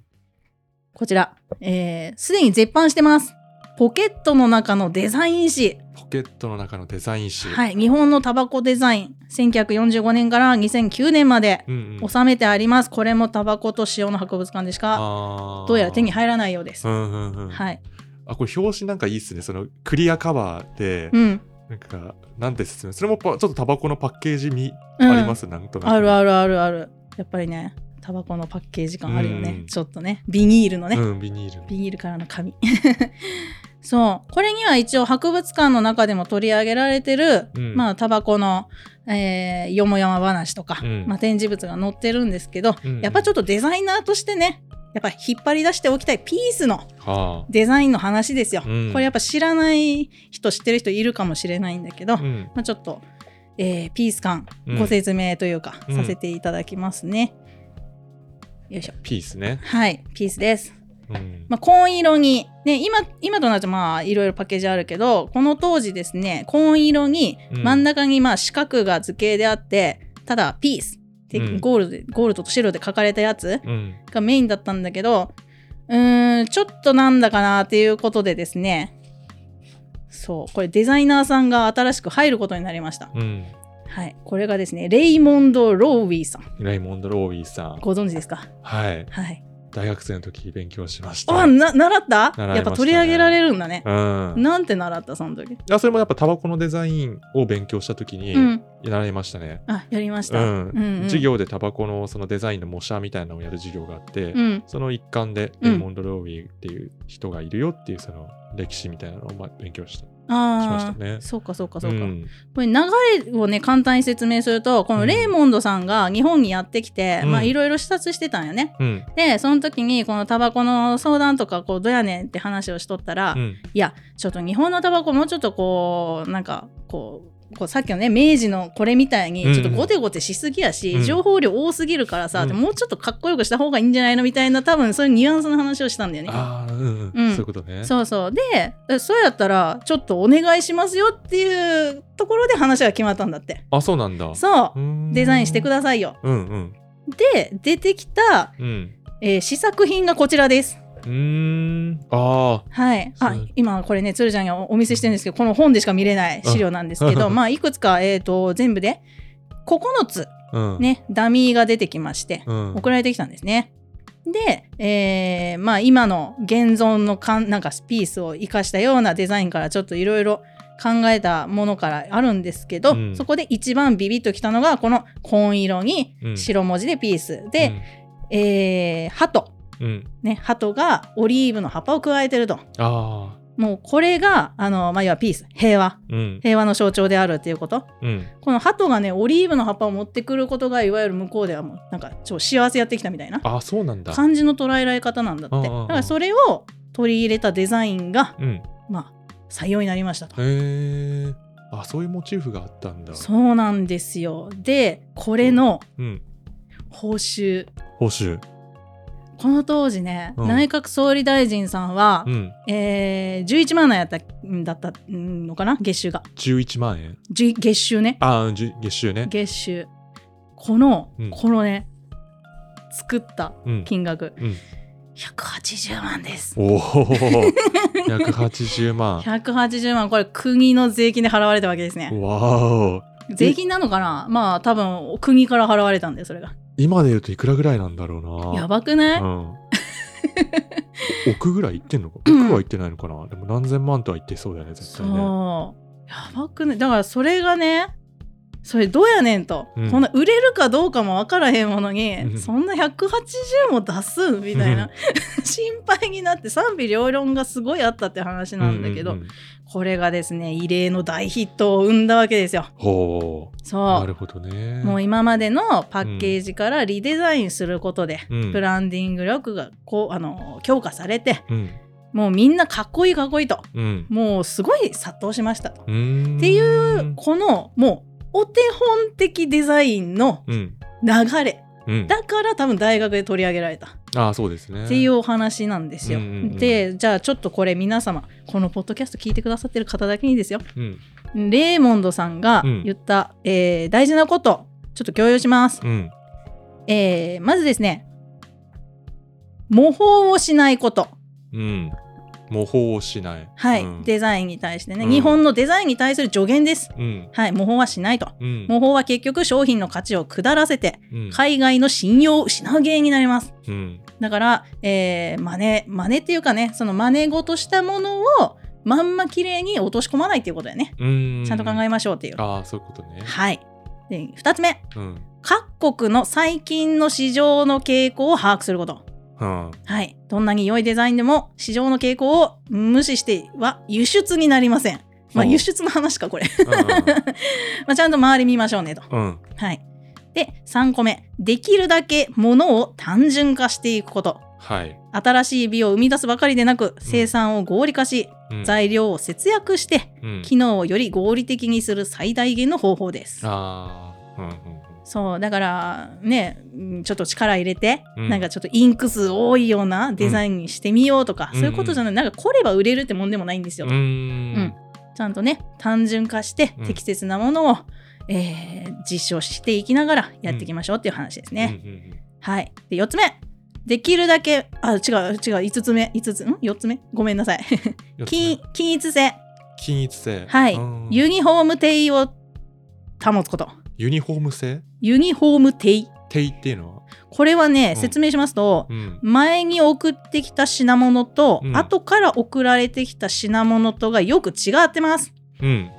[SPEAKER 2] こちら、えーすでに絶版してます。ポケットの中のデザイン誌。
[SPEAKER 1] ポケットの中のデザイン集、
[SPEAKER 2] はい。日本のタバコデザイン。1945年から2009年まで
[SPEAKER 1] うんうん、
[SPEAKER 2] 収めてあります。これもタバコと塩の博物館でしか、
[SPEAKER 1] あー
[SPEAKER 2] どうやら手に入らないようです。
[SPEAKER 1] うんうんうん
[SPEAKER 2] はい。
[SPEAKER 1] あこれ表紙なんかいいっすねそのクリアカバーで、
[SPEAKER 2] うん。
[SPEAKER 1] なんかなんて説明それもパちょっとタバコのパッケージ味
[SPEAKER 2] うん
[SPEAKER 1] あります、なんとなく
[SPEAKER 2] あるあるあるある。やっぱりね、タバコのパッケージ感あるよね。
[SPEAKER 1] うん
[SPEAKER 2] ちょっとね。ビニールのね。
[SPEAKER 1] うんビニールの
[SPEAKER 2] ビニールからの紙。 そう。これには一応博物館の中でも取り上げられてる、
[SPEAKER 1] うん
[SPEAKER 2] まあ、タバコの、えーよもやま話とか、
[SPEAKER 1] うん
[SPEAKER 2] まあ、展示物が載ってるんですけど、
[SPEAKER 1] うんうん
[SPEAKER 2] やっぱちょっとデザイナーとしてね、やっぱ引っ張り出しておきたいピースの
[SPEAKER 1] は
[SPEAKER 2] デザインの話ですよ。
[SPEAKER 1] うん
[SPEAKER 2] これやっぱ知らない人、知ってる人いるかもしれないんだけど、
[SPEAKER 1] あうん
[SPEAKER 2] まあ、ちょっと、えーピース感
[SPEAKER 1] うん、
[SPEAKER 2] ご説明というか、
[SPEAKER 1] うん
[SPEAKER 2] させていただきますね。よいしょ。
[SPEAKER 1] ピースね、
[SPEAKER 2] はい、ピースです。
[SPEAKER 1] うん
[SPEAKER 2] まあ、紺色に、ね、今今となっちゃまあいろいろパッケージあるけどこの当時ですね紺色に
[SPEAKER 1] うん
[SPEAKER 2] 真ん中にまあ四角が図形であって、ただピースって
[SPEAKER 1] うん
[SPEAKER 2] ゴールドでゴールドと白で書かれたやつ
[SPEAKER 1] うん
[SPEAKER 2] がメインだったんだけどうーんちょっとなんだかなっていうことでですねそうこれデザイナーさんが新しく入ることになりました、
[SPEAKER 1] うん、
[SPEAKER 2] はい、これがですねレイモンド・ローウィーさん
[SPEAKER 1] レイモンド・ローウィーさん
[SPEAKER 2] ご存知ですか
[SPEAKER 1] はい
[SPEAKER 2] はい
[SPEAKER 1] 大学生の時勉強しました
[SPEAKER 2] あな習った
[SPEAKER 1] 習いましたね
[SPEAKER 2] やっぱ取り上げられるんだね
[SPEAKER 1] うん、
[SPEAKER 2] なんて習ったその時。
[SPEAKER 1] あそれもやっぱタバコのデザインを勉強した時に
[SPEAKER 2] うん。
[SPEAKER 1] 習いましたね。
[SPEAKER 2] あ、やりまし
[SPEAKER 1] う
[SPEAKER 2] た。
[SPEAKER 1] ん
[SPEAKER 2] うんうん
[SPEAKER 1] 授業でタバコのそのデザインの模写みたいなのをやる授業があって、
[SPEAKER 2] うん。
[SPEAKER 1] その一環で
[SPEAKER 2] うん
[SPEAKER 1] レイモンド・ローウィーっていう人がいるよっていうその歴史みたいなのをまあ勉強した。しました
[SPEAKER 2] ああ、
[SPEAKER 1] ね
[SPEAKER 2] そうかそうかそうか。
[SPEAKER 1] ん
[SPEAKER 2] これ流れをね簡単に説明すると、こ
[SPEAKER 1] う
[SPEAKER 2] の
[SPEAKER 1] ん
[SPEAKER 2] レイモンドさんが日本にやってきて、
[SPEAKER 1] うん
[SPEAKER 2] まあいろいろ視察してたんよね。
[SPEAKER 1] うん
[SPEAKER 2] で、その時にこのタバコの相談とかこうどうやねんって話をしとったら、
[SPEAKER 1] う
[SPEAKER 2] い
[SPEAKER 1] ん
[SPEAKER 2] やちょっと日本のタバコもうちょっとこうなんかこう。こうさっきのね明治のこれみたいにちょっとゴテゴテしすぎやし、
[SPEAKER 1] うん
[SPEAKER 2] 情報量多すぎるからさ、
[SPEAKER 1] うん
[SPEAKER 2] もうちょっとかっこよくした方がいいんじゃないのみたいな多分そういうニュアンスの話をしたんだよね。
[SPEAKER 1] ああ、うんうん、
[SPEAKER 2] うん
[SPEAKER 1] そういうことね。
[SPEAKER 2] そうそうでえそうやったらちょっとお願いしますよっていうところで話が決まったんだって
[SPEAKER 1] あ、そうなんだ。
[SPEAKER 2] そう
[SPEAKER 1] ー
[SPEAKER 2] うんデザインしてくださいよ
[SPEAKER 1] うんうん
[SPEAKER 2] で出てきた、
[SPEAKER 1] うん。
[SPEAKER 2] えー試作品がこちらです
[SPEAKER 1] うーん。ああ、
[SPEAKER 2] はい
[SPEAKER 1] そ
[SPEAKER 2] あ
[SPEAKER 1] う
[SPEAKER 2] 今これね鶴ちゃんにはお見せしてるんですけどこの本でしか見れない資料なんですけ
[SPEAKER 1] あ
[SPEAKER 2] どまあいくつか、えー、と全部で9つ
[SPEAKER 1] うん。。
[SPEAKER 2] ねダミーが出てきまして
[SPEAKER 1] うん。
[SPEAKER 2] 送られてきたんですねで、えーまあ、今の現存のかんなんかピースを生かしたようなデザインからちょっといろいろ考えたものからあるんですけど、
[SPEAKER 1] うん
[SPEAKER 2] そこで一番ビビッときたのがこの紺色に
[SPEAKER 1] うん
[SPEAKER 2] 白文字でピース、で、えー鳩、
[SPEAKER 1] うんうん
[SPEAKER 2] ね、鳩がオリーブの葉っぱを加えてると
[SPEAKER 1] ああ
[SPEAKER 2] もうこれがあの、まあ、要はピース平和
[SPEAKER 1] うん
[SPEAKER 2] 平和の象徴であるっていうこと
[SPEAKER 1] うん
[SPEAKER 2] この鳩がねオリーブの葉っぱを持ってくることがいわゆる向こうではもうなんか超幸せやってきたみたいな
[SPEAKER 1] ああそうなんだ
[SPEAKER 2] 感じの捉えられ方なんだって
[SPEAKER 1] うんう
[SPEAKER 2] だ
[SPEAKER 1] んうん
[SPEAKER 2] からそれを取り入れたデザインが
[SPEAKER 1] うんへ
[SPEAKER 2] まあ採用になりましたと
[SPEAKER 1] えあそういうモチーフがあったんだ
[SPEAKER 2] そうなんですよでこれの
[SPEAKER 1] うん
[SPEAKER 2] 報酬
[SPEAKER 1] 報酬
[SPEAKER 2] この当時ね、
[SPEAKER 1] うん
[SPEAKER 2] 内閣総理大臣さんは
[SPEAKER 1] う、ん
[SPEAKER 2] えー、11万円やったんだったんのかな月収が
[SPEAKER 1] 11万円
[SPEAKER 2] じゅ月収ね
[SPEAKER 1] ああじゅ月収ね
[SPEAKER 2] 月収この、
[SPEAKER 1] うん
[SPEAKER 2] このね作った
[SPEAKER 1] うん
[SPEAKER 2] 金額、
[SPEAKER 1] うん
[SPEAKER 2] 180万です
[SPEAKER 1] おお 180万
[SPEAKER 2] 180万これ国の税金で払われたわけですね
[SPEAKER 1] わお
[SPEAKER 2] 税金なのかなまあ多分国から払われたんでそれが
[SPEAKER 1] 今で言うといくらぐらいなんだろうな
[SPEAKER 2] やばくない、
[SPEAKER 1] うん億ぐらいいってんのか
[SPEAKER 2] う
[SPEAKER 1] 億
[SPEAKER 2] ん
[SPEAKER 1] は行ってないのかなでも何千万とは言ってそうだよね絶対ね
[SPEAKER 2] そうやばくないだからそれがねそれどうやねんと、
[SPEAKER 1] うん
[SPEAKER 2] こんな売れるかどうかも分からへんものに、
[SPEAKER 1] うん
[SPEAKER 2] そんな180も出すみたいな、 心配になって賛否両論がすごいあったって話なんだけ
[SPEAKER 1] う
[SPEAKER 2] ど、
[SPEAKER 1] ううん
[SPEAKER 2] これがですね異例の大ヒットを生んだわけですよ
[SPEAKER 1] ほう
[SPEAKER 2] そ
[SPEAKER 1] な
[SPEAKER 2] う
[SPEAKER 1] るほどね
[SPEAKER 2] もう今までのパッケージからリデザインすることで、
[SPEAKER 1] うん
[SPEAKER 2] ブランディング力がこうあの強化されて
[SPEAKER 1] うん
[SPEAKER 2] もうみんなかっこいいかっこいいと
[SPEAKER 1] うん
[SPEAKER 2] もうすごい殺到しましたと。
[SPEAKER 1] うーん
[SPEAKER 2] っていうこのもうお手本的デザインの
[SPEAKER 1] うん
[SPEAKER 2] 流れ
[SPEAKER 1] うん
[SPEAKER 2] だから多分大学で取り上げられた
[SPEAKER 1] ああそうですね
[SPEAKER 2] っていうお話なんですよ。
[SPEAKER 1] うんうんうん
[SPEAKER 2] でじゃあちょっとこれ皆様このポッドキャスト聞いてくださってる方だけにですよ
[SPEAKER 1] うん
[SPEAKER 2] レーモンドさんが言った、えー大事なことちょっと共有します。
[SPEAKER 1] うん
[SPEAKER 2] えーまずですね模倣をしないこと、
[SPEAKER 1] うん模倣をしない
[SPEAKER 2] はい
[SPEAKER 1] うん
[SPEAKER 2] デザインに対してね、
[SPEAKER 1] うん
[SPEAKER 2] 日本のデザインに対する助言です、
[SPEAKER 1] うん
[SPEAKER 2] はい、模倣はしないと
[SPEAKER 1] うん
[SPEAKER 2] 模倣は結局商品の価値を下らせて
[SPEAKER 1] うん
[SPEAKER 2] 海外の信用を失う原因になります
[SPEAKER 1] うん
[SPEAKER 2] だから、えー、真似真似っていうかねその真似事したものをまんま綺麗に落とし込まないっていうことだよね
[SPEAKER 1] うん
[SPEAKER 2] ちゃんと考えましょうっていう、
[SPEAKER 1] ああそういうことね
[SPEAKER 2] はいで2つ目
[SPEAKER 1] うん
[SPEAKER 2] 各国の最近の市場の傾向を把握すること
[SPEAKER 1] うん
[SPEAKER 2] はい、どんなに良いデザインでも市場の傾向を無視しては輸出になりません。ま
[SPEAKER 1] ほ
[SPEAKER 2] あ、
[SPEAKER 1] う
[SPEAKER 2] 輸出の話かこれ まあちゃんと周り見ましょうねと。
[SPEAKER 1] うん
[SPEAKER 2] はい、で3個目できるだけものを単純化していくこと
[SPEAKER 1] はい
[SPEAKER 2] 新しい美を生み出すばかりでなく生産を合理化し、
[SPEAKER 1] うん
[SPEAKER 2] 材料を節約して
[SPEAKER 1] うん
[SPEAKER 2] 機能をより合理的にする最大限の方法です。
[SPEAKER 1] ああうんうん
[SPEAKER 2] そうだからねうんちょっと力入れて、
[SPEAKER 1] うん
[SPEAKER 2] なんかちょっとインク数多いようなデザインにしてみようとか、
[SPEAKER 1] うん
[SPEAKER 2] そういうことじゃないなんか来れば売れるってもんでもないんですよ、
[SPEAKER 1] うーん
[SPEAKER 2] ちゃんとね単純化して
[SPEAKER 1] うん
[SPEAKER 2] 適切なものを、えー実証していきながらやっていきましょうっていう話ですね、
[SPEAKER 1] うんうん
[SPEAKER 2] はいで4つ目できるだけあ違う違う5つ目5つん4つ目ごめんなさい
[SPEAKER 1] うん
[SPEAKER 2] 均均一性
[SPEAKER 1] 均一性
[SPEAKER 2] はい
[SPEAKER 1] うん
[SPEAKER 2] ユニフォーム定位を保つこと
[SPEAKER 1] ユニフォーム性
[SPEAKER 2] ユニフォーム定位
[SPEAKER 1] 定っていうのは
[SPEAKER 2] これはね、
[SPEAKER 1] うん
[SPEAKER 2] 説明しますと、
[SPEAKER 1] うん
[SPEAKER 2] 前に送ってきた品物と、
[SPEAKER 1] うん
[SPEAKER 2] 後から送られてきた品物とがよく違ってます。
[SPEAKER 1] うん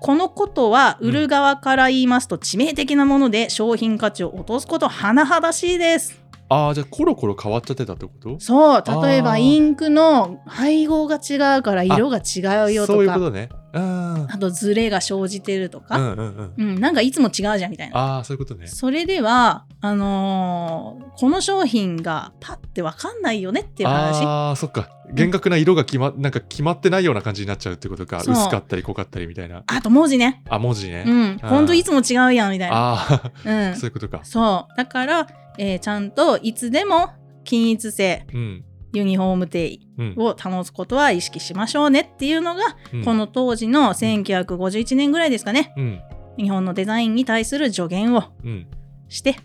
[SPEAKER 2] このことは
[SPEAKER 1] うん
[SPEAKER 2] 売る側から言いますと致命的なもので商品価値を落とすこと甚だしいです。
[SPEAKER 1] ああじゃあコロコロ変わっちゃってたってこと
[SPEAKER 2] そう例え
[SPEAKER 1] あ
[SPEAKER 2] ば
[SPEAKER 1] ー
[SPEAKER 2] インクの配合が違うから色が違うよと
[SPEAKER 1] そういう
[SPEAKER 2] か
[SPEAKER 1] ことねうん
[SPEAKER 2] あとズレが生じてると
[SPEAKER 1] う
[SPEAKER 2] か、
[SPEAKER 1] んうんうん
[SPEAKER 2] うんなんかいつも違うじゃんみたいな。
[SPEAKER 1] ああそういうことね
[SPEAKER 2] それではあのーこの商品がパッて分かんないよねっていう話。
[SPEAKER 1] ああそっか厳格な色が決まなんか決まってないような感じになっちゃうってことか
[SPEAKER 2] そう
[SPEAKER 1] 薄かったり濃かったりみたいな
[SPEAKER 2] あと文字ね。
[SPEAKER 1] あ文字ね、
[SPEAKER 2] うん、
[SPEAKER 1] あー
[SPEAKER 2] ほんといつも違うやんみたいな。
[SPEAKER 1] あ
[SPEAKER 2] う
[SPEAKER 1] あ
[SPEAKER 2] ん、
[SPEAKER 1] そういうことか
[SPEAKER 2] そうだから、えーちゃんといつでも均一性
[SPEAKER 1] うん
[SPEAKER 2] ユニフォーム定位
[SPEAKER 1] うん
[SPEAKER 2] を保つことは意識しましょうねっていうのが、
[SPEAKER 1] うん
[SPEAKER 2] この当時の1951年ぐらいですかね
[SPEAKER 1] うん
[SPEAKER 2] 日本のデザインに対する助言を
[SPEAKER 1] うん
[SPEAKER 2] して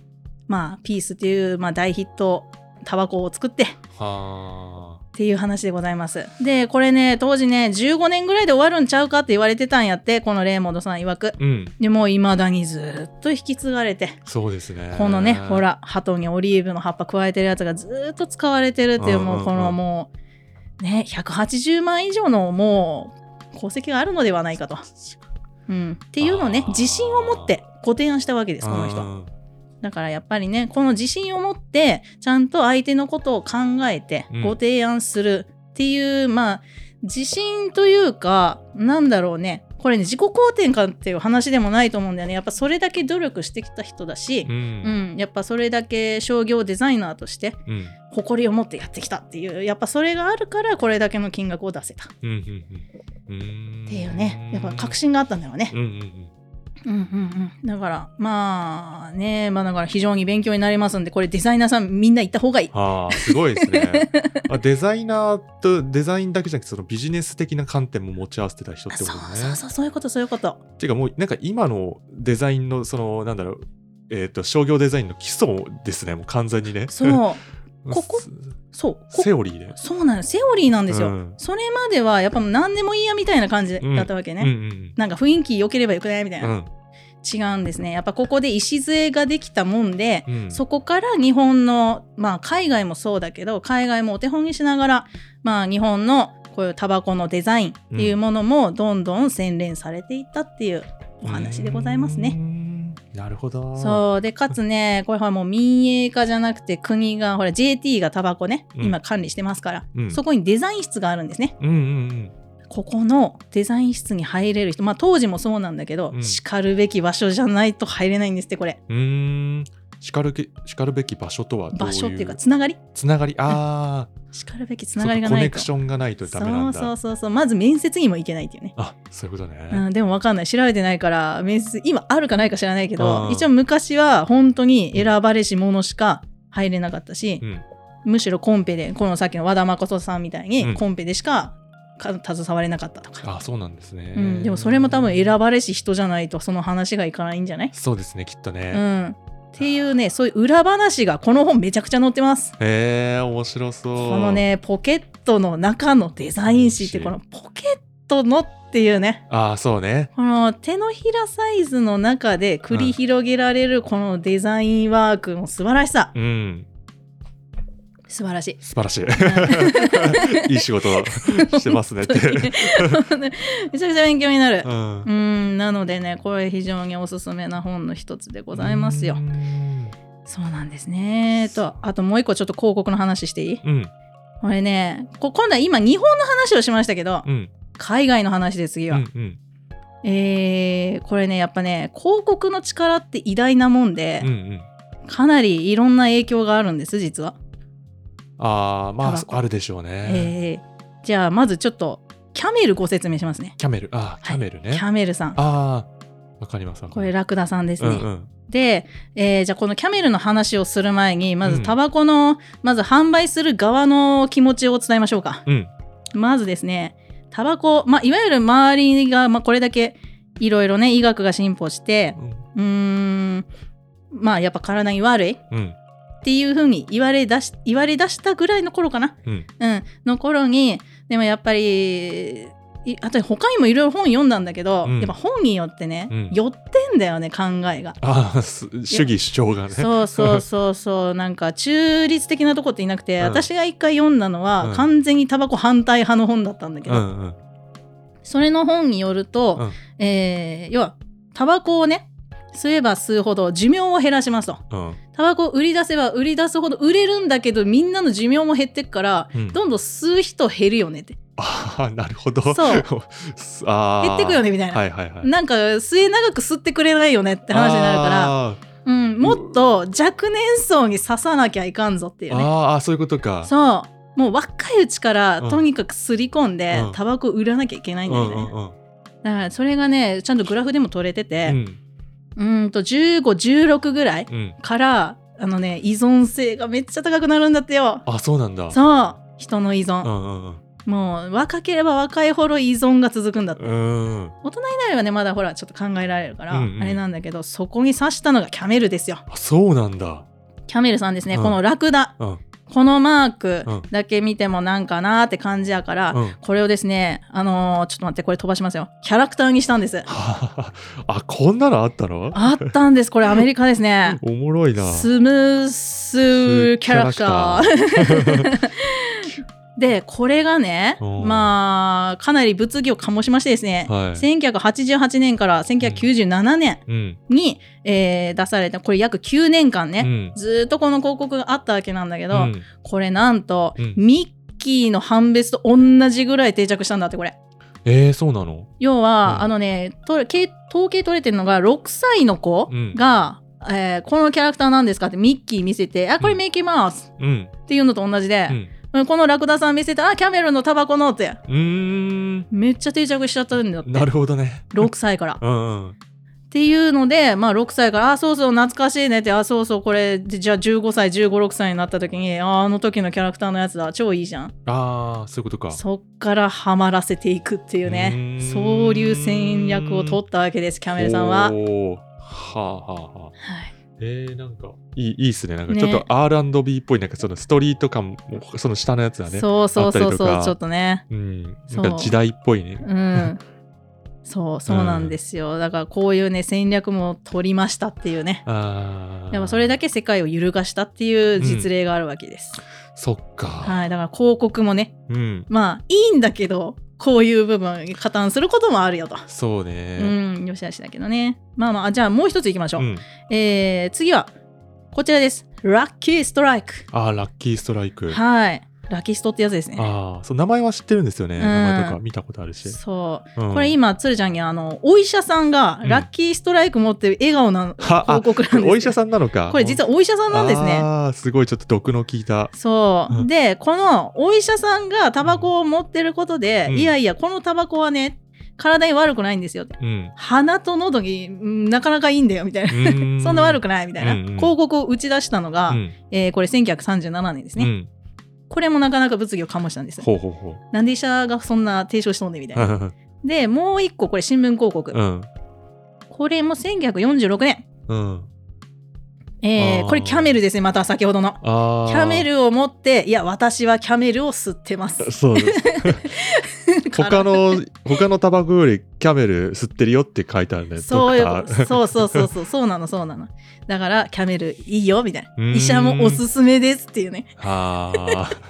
[SPEAKER 2] まあピースっていう、まあ、大ヒットタバコを作って
[SPEAKER 1] はあ
[SPEAKER 2] っていう話でございます。で、これね、当時ね、15年ぐらいで終わるんちゃうかって言われてたんやって、このレイモンドさん曰く。
[SPEAKER 1] うん
[SPEAKER 2] でもう未だにずっと引き継がれて、
[SPEAKER 1] そうですね
[SPEAKER 2] このね、ほら、鳩にオリーブの葉っぱ加えてるやつがずーっと使われてるっていう、
[SPEAKER 1] うんうんうん
[SPEAKER 2] もうこのもう、ね、180万以上のもう、功績があるのではないかと。うん、っていうのをね
[SPEAKER 1] あー
[SPEAKER 2] 自信を持ってご提案したわけですこの人
[SPEAKER 1] 人
[SPEAKER 2] だからやっぱりねこの自信を持ってちゃんと相手のことを考えて
[SPEAKER 1] うん
[SPEAKER 2] ご提案するっていう、まあ自信というかなんだろうねこれね自己肯定感っていう話でもないと思うんだよねやっぱそれだけ努力してきた人だし、
[SPEAKER 1] う
[SPEAKER 2] うんん、やっぱそれだけ商業デザイナーとして
[SPEAKER 1] うんうん
[SPEAKER 2] 誇りを持ってやってきたっていうやっぱそれがあるからこれだけの金額を出せたっ
[SPEAKER 1] うんうんうん
[SPEAKER 2] ていうねやっぱ確信があったんだろうね
[SPEAKER 1] うんうん
[SPEAKER 2] うんうんうん、だからまあねまあだから非常に勉強になりますんでこれデザイナーさんみんな行った方がいい。
[SPEAKER 1] ああすごいです ねあデザイナーとデザインだけじゃなくてそのビジネス的な観点も持ち合わせてた人って
[SPEAKER 2] そ
[SPEAKER 1] ことね
[SPEAKER 2] うそうそうそういうことそういうこと。
[SPEAKER 1] ていうかもうなんか今のデザインのそのなんだろうえっ、と商業デザインの基礎ですねもう完全にねう
[SPEAKER 2] そうここそうこ
[SPEAKER 1] セオリーで
[SPEAKER 2] そうなのセオリーなんですよ。
[SPEAKER 1] うん
[SPEAKER 2] それまではやっぱもう何でもいいやみたいな感じだったわけね。
[SPEAKER 1] うんうん
[SPEAKER 2] なんか雰囲気良ければよくないみたいな、
[SPEAKER 1] うん
[SPEAKER 2] 違うんですねやっぱここで礎ができたもんで、
[SPEAKER 1] うん
[SPEAKER 2] そこから日本のまあ海外もそうだけど海外もお手本にしながらまあ日本のこういうタバコのデザインっていうものもどんどん洗練されていったっていうお話でございます
[SPEAKER 1] うー
[SPEAKER 2] ね。
[SPEAKER 1] んなるほど
[SPEAKER 2] そうでかつねこれはもう民営化じゃなくて国がほら JT がタバコね
[SPEAKER 1] うん
[SPEAKER 2] 今管理してますから、
[SPEAKER 1] うん
[SPEAKER 2] そこにデザイン室があるんですね
[SPEAKER 1] うんうん
[SPEAKER 2] ここのデザイン室に入れる人まあ当時もそうなんだけど、
[SPEAKER 1] うん
[SPEAKER 2] しかるべき場所じゃないと入れないんですってこれ
[SPEAKER 1] うんうーんしかるけしかるべき場所とはどういう
[SPEAKER 2] 場所っていうかつながり
[SPEAKER 1] つながりああ
[SPEAKER 2] しかるべきつながりが
[SPEAKER 1] コ
[SPEAKER 2] な
[SPEAKER 1] ネ
[SPEAKER 2] い
[SPEAKER 1] ク
[SPEAKER 2] と
[SPEAKER 1] ションがないとダメなんだ
[SPEAKER 2] そうそうそうそうまず面接にも行けないっていうね、
[SPEAKER 1] あそういうことね、
[SPEAKER 2] うん、でも分かんない調べてないから面接今あるかないか知らないけ
[SPEAKER 1] う
[SPEAKER 2] ど
[SPEAKER 1] ん
[SPEAKER 2] 一応昔は本当に選ばれし者しか入れなかったし
[SPEAKER 1] う、ん
[SPEAKER 2] むしろコンペでこのさっきの和田誠さんみたいうに
[SPEAKER 1] ん
[SPEAKER 2] コンペでしかか携われなかったとか、
[SPEAKER 1] あそうなんですね、
[SPEAKER 2] うんでもそれも多分選ばれし人じゃないとその話がいかないんじゃない、
[SPEAKER 1] そうですねきっとね、
[SPEAKER 2] うん、っていうねそういう裏話がこの本めちゃくちゃ載ってます。
[SPEAKER 1] へえ面白そう
[SPEAKER 2] このねポケットの中のデザイン誌ってこのポケットのっていうね
[SPEAKER 1] ああそうね
[SPEAKER 2] この手のひらサイズの中で繰り広げられるこのデザインワークの素晴らしさ
[SPEAKER 1] うん
[SPEAKER 2] 素晴らしい。
[SPEAKER 1] 素晴らし いいい仕事してますねって、
[SPEAKER 2] 本当にめちゃくちゃ勉強になる
[SPEAKER 1] う。ん
[SPEAKER 2] う、んなのでねこれ非常におすすめな本の一つでございますよ
[SPEAKER 1] う。ん
[SPEAKER 2] そうなんですね。とあともう一個ちょっと広告の話していい
[SPEAKER 1] うん
[SPEAKER 2] これねこ今度は今日本の話をしましたけど
[SPEAKER 1] うん
[SPEAKER 2] 海外の話で次
[SPEAKER 1] う
[SPEAKER 2] は。
[SPEAKER 1] んうん
[SPEAKER 2] えーこれねやっぱね広告の力って偉大なもんで
[SPEAKER 1] うんう、ん
[SPEAKER 2] かなりいろんな影響があるんです実は。
[SPEAKER 1] ああま
[SPEAKER 2] タバコ
[SPEAKER 1] ああるでしょうね、
[SPEAKER 2] えーじゃあまずちょっとキャメルご説明しますね。
[SPEAKER 1] キャメルあーキャメルね、
[SPEAKER 2] キャメルさん
[SPEAKER 1] ああわかりますわか
[SPEAKER 2] こ
[SPEAKER 1] り
[SPEAKER 2] れ
[SPEAKER 1] ま
[SPEAKER 2] ラクダさんですすね。
[SPEAKER 1] うんうん
[SPEAKER 2] で、えーじゃあこのキャメルの話をする前にま
[SPEAKER 1] う
[SPEAKER 2] ず
[SPEAKER 1] ん
[SPEAKER 2] タバコの、まず販売する側の気持ちを伝えましょうか
[SPEAKER 1] うん
[SPEAKER 2] まずですねタバコ、まあ、いわゆる周りが、まあ、これだけいろいろね医学が進歩してうーんまあやっぱ体に悪いっ
[SPEAKER 1] うん
[SPEAKER 2] ていうふうに言われだし言われだしたぐらいの頃かな、
[SPEAKER 1] うん
[SPEAKER 2] うん、の頃にでもやっぱりいあと他にもいろいろ本読んだんだけど、
[SPEAKER 1] うん
[SPEAKER 2] やっぱ本によってね、
[SPEAKER 1] うん
[SPEAKER 2] 寄ってんだよね考えが。
[SPEAKER 1] ああす主義主張がね
[SPEAKER 2] そうそうそうそう なんか中立的なとこっていなくて、
[SPEAKER 1] うん
[SPEAKER 2] 私が一回読んだのは、
[SPEAKER 1] うん
[SPEAKER 2] 完全にタバコ反対派の本だったんだけ
[SPEAKER 1] う
[SPEAKER 2] ど、
[SPEAKER 1] んうん
[SPEAKER 2] それの本によると、えー要はタバコをね吸えば吸うほど寿命を減らしますと
[SPEAKER 1] うん
[SPEAKER 2] タバコを売り出せば売り出すほど売れるんだけどみんなの寿命も減ってくから
[SPEAKER 1] うん
[SPEAKER 2] どんどん吸う人減るよねって
[SPEAKER 1] ああなるほど
[SPEAKER 2] そう
[SPEAKER 1] す ああ
[SPEAKER 2] 減ってくよねみたいな、
[SPEAKER 1] はいはいはい
[SPEAKER 2] なんか末永く吸ってくれないよねって話になるから、
[SPEAKER 1] あー
[SPEAKER 2] うん、もっと若年層に刺さなきゃいかんぞっていうね
[SPEAKER 1] あーそういうことか
[SPEAKER 2] そうもう若いうちから
[SPEAKER 1] うん
[SPEAKER 2] とにかくすり込んで、
[SPEAKER 1] うん
[SPEAKER 2] タバコ売らなきゃいけないんだ
[SPEAKER 1] うんう
[SPEAKER 2] みたいな、
[SPEAKER 1] んうん
[SPEAKER 2] だからそれがねちゃんとグラフでも取れて
[SPEAKER 1] う
[SPEAKER 2] て
[SPEAKER 1] ん
[SPEAKER 2] うんんと1516ぐらい
[SPEAKER 1] うん
[SPEAKER 2] からあのね依存性がめっちゃ高くなるんだってよ
[SPEAKER 1] あそうなんだ
[SPEAKER 2] そう人の依
[SPEAKER 1] う
[SPEAKER 2] 存、
[SPEAKER 1] んうんうん
[SPEAKER 2] もう若ければ若いほど依存が続くんだって、
[SPEAKER 1] うん
[SPEAKER 2] 大人になればねまだほらちょっと考えられるから、
[SPEAKER 1] うんうん
[SPEAKER 2] あれなんだけどそこに刺したのがキャメルですよ
[SPEAKER 1] あそうなんだ
[SPEAKER 2] キャメルさんですね、
[SPEAKER 1] うん
[SPEAKER 2] このラクダ
[SPEAKER 1] うん
[SPEAKER 2] ここのマーク
[SPEAKER 1] うん
[SPEAKER 2] だけ見てもなんかなーって感じやから、
[SPEAKER 1] うんは
[SPEAKER 2] これをですね、あのーちょっと待って、これ飛ばしますよ。キャラクターにしたんです。
[SPEAKER 1] はあこんなのあったの。
[SPEAKER 2] あったんです。これアメリカですね
[SPEAKER 1] おもろいな
[SPEAKER 2] スムースキャラクター。 で、これがね、
[SPEAKER 1] うん
[SPEAKER 2] まあ、かなり物議を醸しましてですね、
[SPEAKER 1] はい
[SPEAKER 2] 1988年から1997年
[SPEAKER 1] うん
[SPEAKER 2] に、えー出された、これ約9年間
[SPEAKER 1] う
[SPEAKER 2] ね、
[SPEAKER 1] ん
[SPEAKER 2] ずーっとこの広告があったわけなんだけど、
[SPEAKER 1] うん
[SPEAKER 2] これなんと、
[SPEAKER 1] うん
[SPEAKER 2] ミッキーの判別と同じぐらい定着したんだって、これ。
[SPEAKER 1] えー、そうなの
[SPEAKER 2] 要は、
[SPEAKER 1] うん
[SPEAKER 2] あのねとけ統計取れてるのが6歳の子
[SPEAKER 1] うん
[SPEAKER 2] が、えーこのキャラクターなんですかってミッキー見せて「あこれ
[SPEAKER 1] うん
[SPEAKER 2] ミッキーマウス」
[SPEAKER 1] うん
[SPEAKER 2] っていうのと同じで
[SPEAKER 1] う、ん
[SPEAKER 2] うんこのラクダさん見せて「あキャメルのタバコの」って
[SPEAKER 1] うーん
[SPEAKER 2] めっちゃ定着しちゃったんだって
[SPEAKER 1] なるほどね
[SPEAKER 2] 6歳から。っ
[SPEAKER 1] うんうん
[SPEAKER 2] ていうので、まあ、6歳から「あそうそう懐かしいね」って「あそうそうこれじゃあ15歳1 5 6歳になった時にああの時のキャラクターのやつだ超いいじゃん
[SPEAKER 1] ああそういうことか
[SPEAKER 2] そっからハマらせていくっていう
[SPEAKER 1] う
[SPEAKER 2] ね
[SPEAKER 1] ーん
[SPEAKER 2] そういう戦略を取ったわけですキャメルさんは。
[SPEAKER 1] おーはあはあはあ
[SPEAKER 2] はい
[SPEAKER 1] えー、なんかいいいいっすねなんか
[SPEAKER 2] ね
[SPEAKER 1] ちょっと R&B っぽいなんかそのストリート感もその下のやつだね
[SPEAKER 2] そうそうそう
[SPEAKER 1] あったりと
[SPEAKER 2] そう
[SPEAKER 1] か
[SPEAKER 2] ちょっとね
[SPEAKER 1] うんな
[SPEAKER 2] そうん
[SPEAKER 1] か時代っぽいね
[SPEAKER 2] うんそうそうなんですよ、だからこういうね戦略も取りましたっていうね
[SPEAKER 1] あー
[SPEAKER 2] やっぱそれだけ世界を揺るがしたっていう実例があるわけです、
[SPEAKER 1] そっか、
[SPEAKER 2] はいだから広告もね
[SPEAKER 1] うん
[SPEAKER 2] まあいいんだけどこういう部分に加担することもあるよと、
[SPEAKER 1] そうね
[SPEAKER 2] うんよしあしだけどねまあまあじゃあもう一ついきましょう、
[SPEAKER 1] うん
[SPEAKER 2] えー次はこちらですラッキーストライク
[SPEAKER 1] あーラッキーストライク
[SPEAKER 2] はいラキストってやつですね
[SPEAKER 1] ああそう名前は知ってるんですよね、
[SPEAKER 2] ん
[SPEAKER 1] 名前とか見たことあるし、
[SPEAKER 2] そう
[SPEAKER 1] うん
[SPEAKER 2] これ今鶴ちゃんにあのお医者さんがラッキーストライク持ってる笑顔な
[SPEAKER 1] はあ
[SPEAKER 2] 報告なんです
[SPEAKER 1] お医者さんなのか
[SPEAKER 2] これ実はお医者さんなんですね
[SPEAKER 1] ああすごいちょっと毒の効いた
[SPEAKER 2] そう、
[SPEAKER 1] うん
[SPEAKER 2] でこのお医者さんがタバコを持ってることで、
[SPEAKER 1] うん
[SPEAKER 2] いやいやこのタバコはね体に悪くないんですよって
[SPEAKER 1] うん
[SPEAKER 2] 鼻と喉にうんなかなかいいんだよみたいな、 そんな悪
[SPEAKER 1] く
[SPEAKER 2] くないみたいな、
[SPEAKER 1] うんうん
[SPEAKER 2] 広告を打ち出したのが、
[SPEAKER 1] うん
[SPEAKER 2] えーこれ1937年ですね、
[SPEAKER 1] うん
[SPEAKER 2] これもなかなか物議を醸したんです
[SPEAKER 1] ほうほう ほう
[SPEAKER 2] なんで医者がそんな提唱しとんねんみたいな、
[SPEAKER 1] う
[SPEAKER 2] でもう一個これ新聞広告、
[SPEAKER 1] ん。
[SPEAKER 2] これも1946年
[SPEAKER 1] うん。
[SPEAKER 2] えー
[SPEAKER 1] あー
[SPEAKER 2] これキャメルですねまた先ほどの
[SPEAKER 1] ああ。
[SPEAKER 2] キャメ
[SPEAKER 1] ル。
[SPEAKER 2] ルを持っていや私はキャメルを吸っ てます
[SPEAKER 1] そうです。他の、他のタバコよりキャメル吸ってるよって書いてあるね。
[SPEAKER 2] そういう
[SPEAKER 1] ド
[SPEAKER 2] こ
[SPEAKER 1] クター
[SPEAKER 2] とそうそうそうそうそうなのそうなのだからキャメルいいよみたいな
[SPEAKER 1] うーん
[SPEAKER 2] 医者もおすすめですっていうね
[SPEAKER 1] ああ。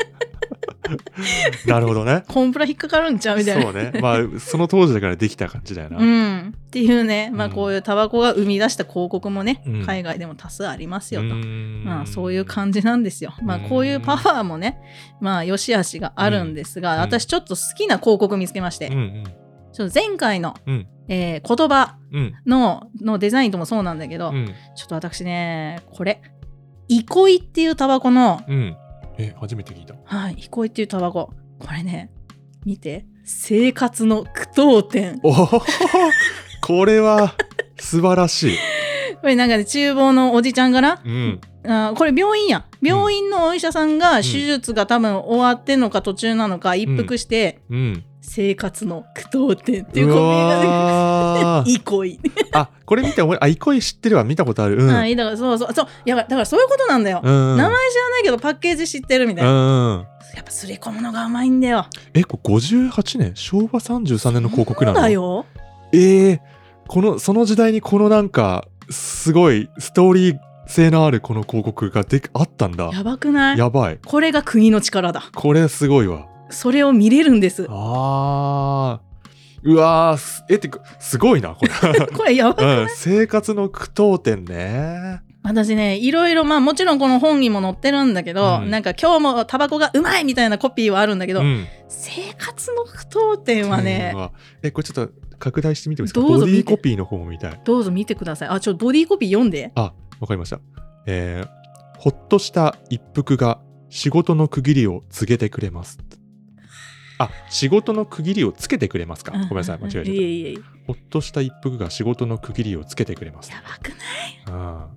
[SPEAKER 1] なるほどね。
[SPEAKER 2] コンプラ引っかかるんちゃう みたいな
[SPEAKER 1] そうね。まあ、その当時だからできた感じだよな。
[SPEAKER 2] うん、っていうね、まあ、
[SPEAKER 1] うん
[SPEAKER 2] こういうタバコが生み出した広告もね、
[SPEAKER 1] うん
[SPEAKER 2] 海外でも多数ありますよと、ま
[SPEAKER 1] ま
[SPEAKER 2] あ、そういう感じなんですよ、まあ、こういうパワーもねまあ良し悪しがあるんですが、
[SPEAKER 1] うん
[SPEAKER 2] 私ちょっと好きな広告見つけまして、
[SPEAKER 1] うんうん。
[SPEAKER 2] ちょっと前回の、
[SPEAKER 1] うん
[SPEAKER 2] えー言葉
[SPEAKER 1] うん。
[SPEAKER 2] ののデザインともそうなんだけど、
[SPEAKER 1] うん。
[SPEAKER 2] ちょっと私ねこれ憩いっていうタバコの、
[SPEAKER 1] うん。え、初めて聞いた。
[SPEAKER 2] はい憩いっていうタバコこれね見て生活の句読点
[SPEAKER 1] おお。 これは。素晴らしい。
[SPEAKER 2] これなんかね厨房のおじちゃんかな
[SPEAKER 1] うん。
[SPEAKER 2] あーこれ病院や病院のお医者さんが手術が多分終わってんのか途中なのか一服して、
[SPEAKER 1] うん。
[SPEAKER 2] 生活の句読点っていう
[SPEAKER 1] う
[SPEAKER 2] こうみんなね
[SPEAKER 1] わー
[SPEAKER 2] 憩い、
[SPEAKER 1] あ、これ見て思い、あ、イコイ知ってるわ、見たことある。うん。
[SPEAKER 2] はいだからそうそうそうやばいだからそういうことなんだよ、
[SPEAKER 1] うん。
[SPEAKER 2] 名前知らないけどパッケージ知ってるみたいな、
[SPEAKER 1] うん。
[SPEAKER 2] やっぱすり込むのが甘いんだよ
[SPEAKER 1] え、これ58年昭和33年の広告なの
[SPEAKER 2] そうだよ
[SPEAKER 1] ええこの、その時代にこのなんか、すごいストーリー性のあるこの広告がであったんだ。
[SPEAKER 2] やばくない
[SPEAKER 1] やばい。
[SPEAKER 2] これが国の力だ
[SPEAKER 1] これすごいわ。
[SPEAKER 2] それを見れるんです
[SPEAKER 1] あー。うわーすえってかすごいなこれ、
[SPEAKER 2] これやば
[SPEAKER 1] うん、生活の苦闘点ね
[SPEAKER 2] 私ねいろいろまあもちろんこの本にも載ってるんだけど、
[SPEAKER 1] うん
[SPEAKER 2] なんか今日もタバコがうまいみたいなコピーはあるんだけど、
[SPEAKER 1] ん、
[SPEAKER 2] 生活の苦闘点はね
[SPEAKER 1] うわえこれちょっと拡大してみてもいいですか
[SPEAKER 2] どう
[SPEAKER 1] ボ
[SPEAKER 2] ぞ
[SPEAKER 1] ディ
[SPEAKER 2] 見
[SPEAKER 1] ー
[SPEAKER 2] て
[SPEAKER 1] コピーの方も見たい
[SPEAKER 2] どうぞ見てくださいあちょっとボディーコピー読んで
[SPEAKER 1] あ、わかりました。えーほっとした一服が仕事の区切りを告げてくれます。あ、仕事の区切りをつけてくれますか。ごめんなさい、間違え
[SPEAKER 2] いえ
[SPEAKER 1] ちゃっ
[SPEAKER 2] いえいえ
[SPEAKER 1] た。ほっとした一服が仕事の区切りをつけてくれます。
[SPEAKER 2] やばくない
[SPEAKER 1] あ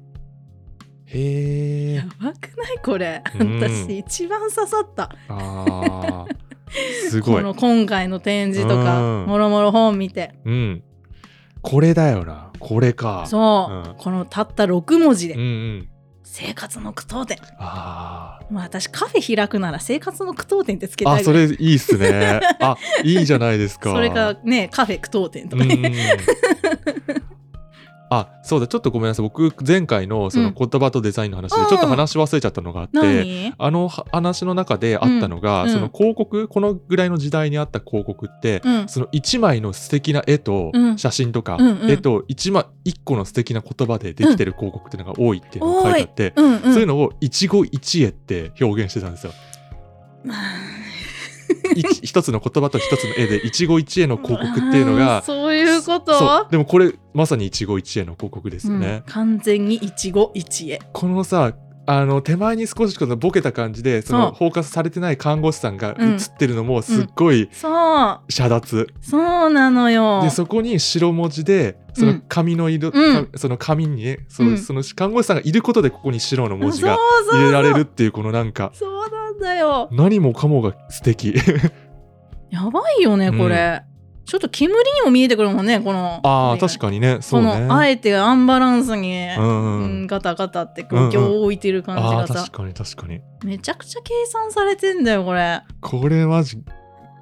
[SPEAKER 1] ーへ
[SPEAKER 2] や
[SPEAKER 1] え。
[SPEAKER 2] ばくないこれ、
[SPEAKER 1] うん
[SPEAKER 2] 私一番刺さった
[SPEAKER 1] あ ーすご
[SPEAKER 2] こ
[SPEAKER 1] い
[SPEAKER 2] の。今回の展示とか
[SPEAKER 1] うん
[SPEAKER 2] もろもろ本見て
[SPEAKER 1] うん。これだよな。これか。
[SPEAKER 2] そう、
[SPEAKER 1] うん
[SPEAKER 2] このたった6文字で、
[SPEAKER 1] うんうん。
[SPEAKER 2] 生活の句読点
[SPEAKER 1] あ
[SPEAKER 2] もう私カフェ開くなら生活の句読点ってつけ
[SPEAKER 1] ー
[SPEAKER 2] た
[SPEAKER 1] あ
[SPEAKER 2] い
[SPEAKER 1] そ
[SPEAKER 2] ぐらい
[SPEAKER 1] れいいっす ねあいいじゃないですか
[SPEAKER 2] それかねカフェ句読点と
[SPEAKER 1] う
[SPEAKER 2] かね、
[SPEAKER 1] んあそうだちょっとごめんなさい僕前回のその言葉とデザインの話で
[SPEAKER 2] うん
[SPEAKER 1] ちょっと話し忘れちゃったのがあって、
[SPEAKER 2] 何
[SPEAKER 1] あのは話の中であったのが、
[SPEAKER 2] うんうん
[SPEAKER 1] その広告このぐらいの時代にあった広告って、
[SPEAKER 2] うん
[SPEAKER 1] その1枚の素敵な絵と
[SPEAKER 2] うん
[SPEAKER 1] 写真とか、
[SPEAKER 2] うんうん
[SPEAKER 1] 絵と 1, 枚1個の素敵な言葉でできてる広告っていうのが多いっていうのが書いてあって、
[SPEAKER 2] うんうん
[SPEAKER 1] そういうのを一期一会って表現してたんですよ。
[SPEAKER 2] まあ
[SPEAKER 1] 一一つの言葉と一つの絵で一期一会の広告っていうの
[SPEAKER 2] あー
[SPEAKER 1] が
[SPEAKER 2] そういうこと
[SPEAKER 1] そうでもこれまさに一期一会の広告ですよね。
[SPEAKER 2] うん完全に一期一会
[SPEAKER 1] このさあの手前に少しこのボケた感じでその
[SPEAKER 2] そう
[SPEAKER 1] フォーカスされてない看護師さんが
[SPEAKER 2] うん
[SPEAKER 1] 映ってるのもすっごい
[SPEAKER 2] そう
[SPEAKER 1] 遮奪、
[SPEAKER 2] そうなのよ
[SPEAKER 1] でそこに白文字でその紙の色、
[SPEAKER 2] うん
[SPEAKER 1] かその紙にねその,、
[SPEAKER 2] うん
[SPEAKER 1] その看護師さんがいることでここに白の文字が
[SPEAKER 2] そうそう
[SPEAKER 1] 入れられるっていうこのなんか
[SPEAKER 2] そうなんだよ
[SPEAKER 1] 何もかもが素 敵
[SPEAKER 2] やばいよねこれ、ちょっと煙にも見えてくるもんねこの
[SPEAKER 1] ああ
[SPEAKER 2] これ
[SPEAKER 1] 確かにねそ
[SPEAKER 2] こ
[SPEAKER 1] うね
[SPEAKER 2] のあえてアンバランスに、
[SPEAKER 1] うんうん
[SPEAKER 2] うんガタガタって空気を置いてる感じ
[SPEAKER 1] あ
[SPEAKER 2] が
[SPEAKER 1] あ
[SPEAKER 2] さ、
[SPEAKER 1] 確かに確かに
[SPEAKER 2] めちゃくちゃ計算されてんだよこれ
[SPEAKER 1] これマジ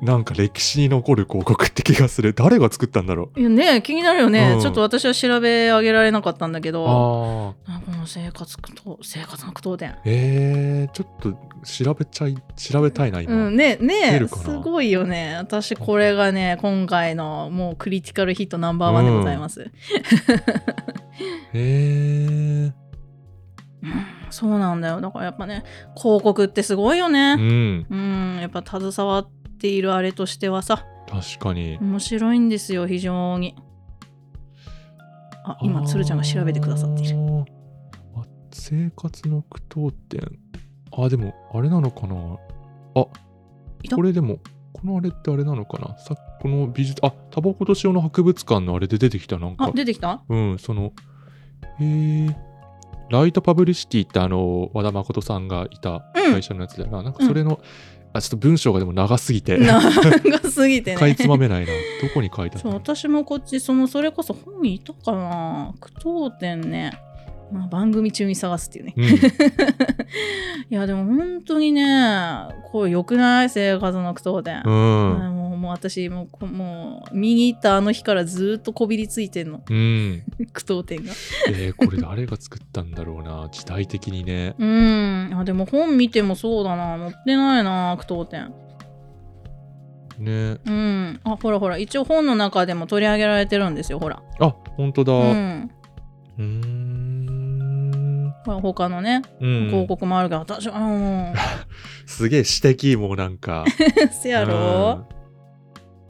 [SPEAKER 1] なんか歴史に残る広告って気がする誰が作ったんだろう
[SPEAKER 2] いやね気になるよね、
[SPEAKER 1] うん
[SPEAKER 2] ちょっと私は調べ上げられなかったんだけど
[SPEAKER 1] ああ
[SPEAKER 2] あこの生活苦闘生活の苦闘点
[SPEAKER 1] えー、ちょっと調べちゃい調べたいな今、
[SPEAKER 2] うんね
[SPEAKER 1] 出
[SPEAKER 2] ね
[SPEAKER 1] るかな
[SPEAKER 2] すごいよね私これがね今回のもうクリティカルヒットナンバーワンでございます、
[SPEAKER 1] えー、
[SPEAKER 2] うんそうなんだよだからやっぱね広告ってすごいよ
[SPEAKER 1] う
[SPEAKER 2] ね
[SPEAKER 1] ん
[SPEAKER 2] うん、やっぱ携わっているあれとしてはさ
[SPEAKER 1] 確かに
[SPEAKER 2] 面白いんですよ非常にあ今鶴ちゃんが調べてくださっている
[SPEAKER 1] あーあ生活の苦闘点あでもあれなのかなあ
[SPEAKER 2] いた
[SPEAKER 1] これでもこのあれってあれなのかなさこの美術あタバコと塩の博物館のあれで出てきたなん
[SPEAKER 2] あ
[SPEAKER 1] か
[SPEAKER 2] 出てきた
[SPEAKER 1] うんそのえー、ライトパブリシティってあの和田誠さんがいた
[SPEAKER 2] うん
[SPEAKER 1] 会社のやつだよな、なんかそれの、あちょっと文章がでも長すぎて
[SPEAKER 2] 長すぎて
[SPEAKER 1] かい
[SPEAKER 2] ね
[SPEAKER 1] つまめないな。どこに書いてある
[SPEAKER 2] そう
[SPEAKER 1] の
[SPEAKER 2] 私もこっちそのそれこそ本にいたかな句読点ね、まあ、番組中に探すっていうね
[SPEAKER 1] うん、い
[SPEAKER 2] いやでも本当にねこう良くない生活の苦闘点、
[SPEAKER 1] うん。
[SPEAKER 2] あ もうもう私もうこもう見に行ったあの日からずっとこびりついてんの
[SPEAKER 1] うん。
[SPEAKER 2] 苦闘点が
[SPEAKER 1] えー、これ誰が作ったんだろうな。時代的にね。
[SPEAKER 2] うんあでも本見てもそうだな載ってないな苦闘点
[SPEAKER 1] ね。
[SPEAKER 2] うんあほらほら一応本の中でも取り上げられてるんですよほら
[SPEAKER 1] あ、本当だ。
[SPEAKER 2] う
[SPEAKER 1] うんーん。
[SPEAKER 2] ほら他のね
[SPEAKER 1] うん。
[SPEAKER 2] 広告もあるけど、私はもう
[SPEAKER 1] すげえ詩的もうなんか。
[SPEAKER 2] せ やろ
[SPEAKER 1] うん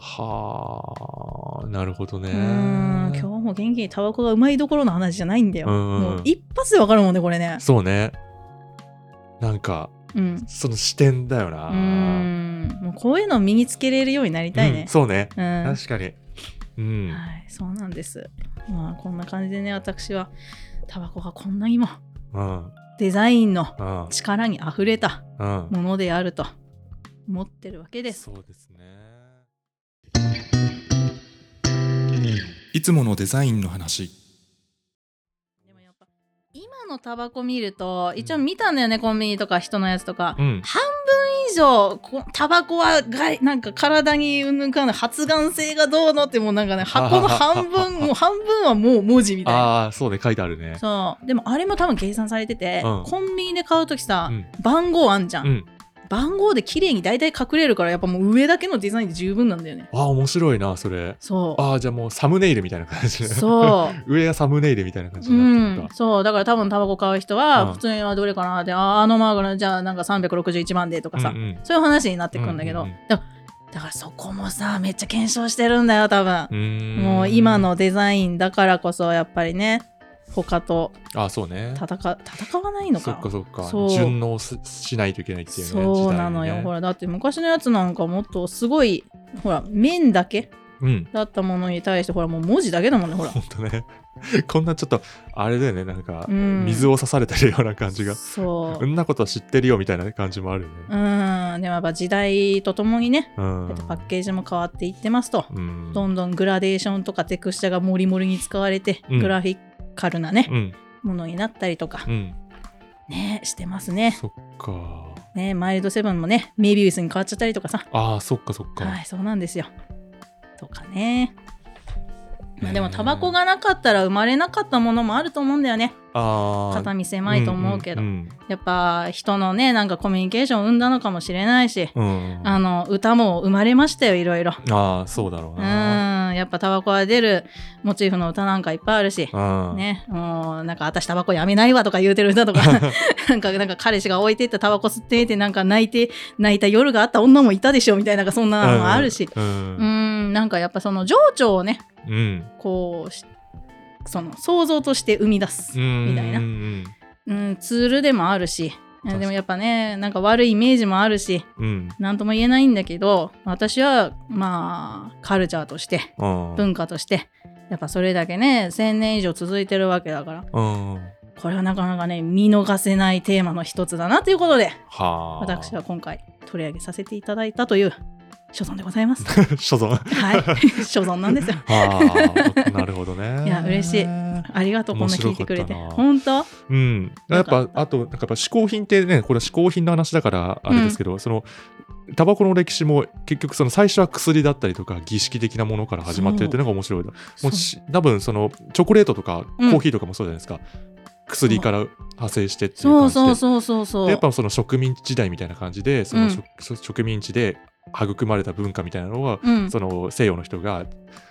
[SPEAKER 1] はあ、なるほどね。
[SPEAKER 2] うん今日も元気にタバコがうまいどころの話じゃないんだよ、
[SPEAKER 1] うんうん
[SPEAKER 2] もう一発でわかるもんねこれね
[SPEAKER 1] そうね。なんか、
[SPEAKER 2] うん
[SPEAKER 1] その視点だよな。
[SPEAKER 2] うーんもうこういうのを身につけれるようになりたい
[SPEAKER 1] うん
[SPEAKER 2] ね。
[SPEAKER 1] そうね。
[SPEAKER 2] うん、は
[SPEAKER 1] 確かに。うん。
[SPEAKER 2] い、そうなんです。まあこんな感じでね、私はタバコがこんなにも
[SPEAKER 1] うん。
[SPEAKER 2] デザインの
[SPEAKER 1] うん。
[SPEAKER 2] 力にあふれた
[SPEAKER 1] うん。
[SPEAKER 2] ものであると思ってるわけです。
[SPEAKER 1] そうですね。いつものデザインの話。
[SPEAKER 2] でもやっぱ今のタバコ見ると一応見たんだよね、コンビニとか人のやつとか。
[SPEAKER 1] うん。
[SPEAKER 2] 以上こタバコは害なんか体にうんぬんかんぬん発がん性がどうのってもうなんかね箱の半 分もう半分はもう文字みたいな。
[SPEAKER 1] ああ、そうね、書いてあるね。
[SPEAKER 2] そうでもあれも多分計算されてて、
[SPEAKER 1] うん
[SPEAKER 2] コンビニで買う時さ、
[SPEAKER 1] うん
[SPEAKER 2] 番号あんじゃん、
[SPEAKER 1] うん。
[SPEAKER 2] 番号で綺麗に大体隠れるからやっぱもう上だけのデザインで十分なんだよね
[SPEAKER 1] ああ、面白いな、それ。
[SPEAKER 2] そう
[SPEAKER 1] ああ、じゃあもうサムネイルみたいな感じ。
[SPEAKER 2] そ
[SPEAKER 1] 上がサムネイルみたいな感
[SPEAKER 2] う
[SPEAKER 1] じ
[SPEAKER 2] う
[SPEAKER 1] になってる
[SPEAKER 2] ん
[SPEAKER 1] んだ。
[SPEAKER 2] そうだから多分タバコ買う人
[SPEAKER 1] うん
[SPEAKER 2] は普通にはどれかなで、あーあのマークのじゃあなんか361万でとかさ、
[SPEAKER 1] うんうん
[SPEAKER 2] そういう話になってくんだけど、
[SPEAKER 1] うんうん
[SPEAKER 2] だだからそこもさめっちゃ検証してるんだよ多分
[SPEAKER 1] う、ーん
[SPEAKER 2] もう今。のデザインだからこそやっぱりね他と
[SPEAKER 1] ああ、そうね。
[SPEAKER 2] 戦戦わないの
[SPEAKER 1] そっかそっか
[SPEAKER 2] そう
[SPEAKER 1] 順応すしないといけないっていうね
[SPEAKER 2] そうなのよ、
[SPEAKER 1] 時代にね
[SPEAKER 2] ほらだって昔のやつなんかもっとすごいほら面だけ
[SPEAKER 1] うん
[SPEAKER 2] だったものに対してほらもう文字だけだもんねほら
[SPEAKER 1] 本当ね こんなちょっとあれだよねなんか、
[SPEAKER 2] うん
[SPEAKER 1] 水を刺されてるような感じが
[SPEAKER 2] そ
[SPEAKER 1] こんなこと知ってるよみたいな感じもあるよね
[SPEAKER 2] ううんでもやっぱ時代とともにね
[SPEAKER 1] うん
[SPEAKER 2] だってパッケージも変わっていってますと、
[SPEAKER 1] うん
[SPEAKER 2] どんどんグラデーションとかテクスチャがモリモリに使われて、
[SPEAKER 1] うん
[SPEAKER 2] グラフィカルなね、
[SPEAKER 1] うん
[SPEAKER 2] ものになったりとか
[SPEAKER 1] うん
[SPEAKER 2] ねしてますね
[SPEAKER 1] そっか。
[SPEAKER 2] ねマイルドセブンもねメビウスに変わっちゃったりとかさ
[SPEAKER 1] ああ、そっかそっか。
[SPEAKER 2] はいそうなんですよとかね
[SPEAKER 1] ね
[SPEAKER 2] まあ
[SPEAKER 1] え
[SPEAKER 2] でもタバコがなかったら生まれなかったものもあると思うんだよね
[SPEAKER 1] ああ。
[SPEAKER 2] 肩身狭いと思うけど、
[SPEAKER 1] ん
[SPEAKER 2] やっぱ人のねなんかコミュニケーションを生んだのかもしれないし、
[SPEAKER 1] うんうんうん
[SPEAKER 2] あの歌も生まれましたよいろいろ
[SPEAKER 1] ああ、そうだろう
[SPEAKER 2] うん
[SPEAKER 1] な。
[SPEAKER 2] やっぱタバコは出るモチーフの歌なんかいっぱいあるし、
[SPEAKER 1] うん。
[SPEAKER 2] ねもうなんか私タバコやめないわとか言うて る歌とかなんかなんか彼氏が置いてったタバコ吸ってってなんか泣いて泣いた夜があった女もいたでしょみたいななんかそんなのもあるし、
[SPEAKER 1] う。
[SPEAKER 2] うんん、なんかやっぱその情緒をね
[SPEAKER 1] うん。
[SPEAKER 2] こうしその想像として生み出す、
[SPEAKER 1] うん。
[SPEAKER 2] みたいな
[SPEAKER 1] うん。
[SPEAKER 2] うん、ツールでもあるし
[SPEAKER 1] 確かに
[SPEAKER 2] でもやっぱねなんか悪いイメージもあるし
[SPEAKER 1] うん。
[SPEAKER 2] 何とも言えないんだけど私はまあカルチャーとして
[SPEAKER 1] うん。
[SPEAKER 2] 文化としてやっぱそれだけね1,000年以上続いてるわけだから
[SPEAKER 1] うん。は
[SPEAKER 2] これはなかなかね見逃せないテーマの一つだなということで
[SPEAKER 1] あ。
[SPEAKER 2] 私は。今回取り上げさせていただいたという所存でござい ます。
[SPEAKER 1] 所 存。
[SPEAKER 2] はい、所存なんですよ。
[SPEAKER 1] はあ。なるほどね。
[SPEAKER 2] いや嬉しいありがとうこんな聞いてくれて
[SPEAKER 1] 面白かったな
[SPEAKER 2] 本当
[SPEAKER 1] うん、や
[SPEAKER 2] よ
[SPEAKER 1] っ
[SPEAKER 2] か
[SPEAKER 1] ぱ
[SPEAKER 2] った
[SPEAKER 1] あとなんかやっぱ嗜好品ってねこれ嗜好品の話だからあれですけど、そのタバコの歴史も結局その最初は薬だったりとか儀式的なものから始まってるっていうのが面白いなもうし多分そのチョコレートとかコ
[SPEAKER 2] うん
[SPEAKER 1] ーヒーとかもそうじゃないですか、薬から派生してっていう
[SPEAKER 2] そ
[SPEAKER 1] 感
[SPEAKER 2] う
[SPEAKER 1] じで
[SPEAKER 2] そうそうそうそう
[SPEAKER 1] でやっぱその植民地時代みたいな感じでその、
[SPEAKER 2] うん
[SPEAKER 1] 植植民地で育まれた文化みたいなのは、
[SPEAKER 2] うん
[SPEAKER 1] その西洋の人が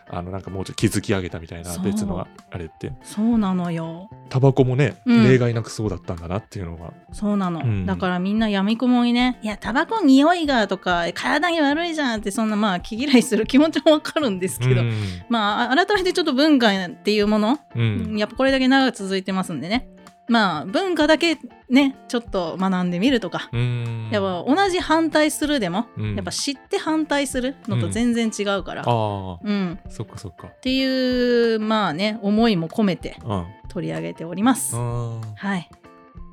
[SPEAKER 1] あのなんかもうちょっと築き上げたみたいな
[SPEAKER 2] そう
[SPEAKER 1] 別のあれって
[SPEAKER 2] そうなのよ
[SPEAKER 1] タバコもね、
[SPEAKER 2] うん
[SPEAKER 1] 例外なくそうだったんだなっていうのが。
[SPEAKER 2] そうなの、
[SPEAKER 1] うん
[SPEAKER 2] だからみんなやみくもにねいやタバコ匂いがとか体に悪いじゃんってそんなまあ気嫌いする気持ちもわかるんですけど、
[SPEAKER 1] うん
[SPEAKER 2] まああ改めてちょっと文化っていうもの、
[SPEAKER 1] うん
[SPEAKER 2] やっぱこれだけ長く続いてますんでねまあ文化だけねちょっと学んでみるとか、
[SPEAKER 1] うん
[SPEAKER 2] やっぱ同じ反対するでも、
[SPEAKER 1] うん
[SPEAKER 2] やっぱ知って反対するのと全然違うから、
[SPEAKER 1] ああ
[SPEAKER 2] うん、
[SPEAKER 1] そっかそっか
[SPEAKER 2] っていうまあね思いも込めて
[SPEAKER 1] うん
[SPEAKER 2] 取り上げております、
[SPEAKER 1] あ
[SPEAKER 2] はい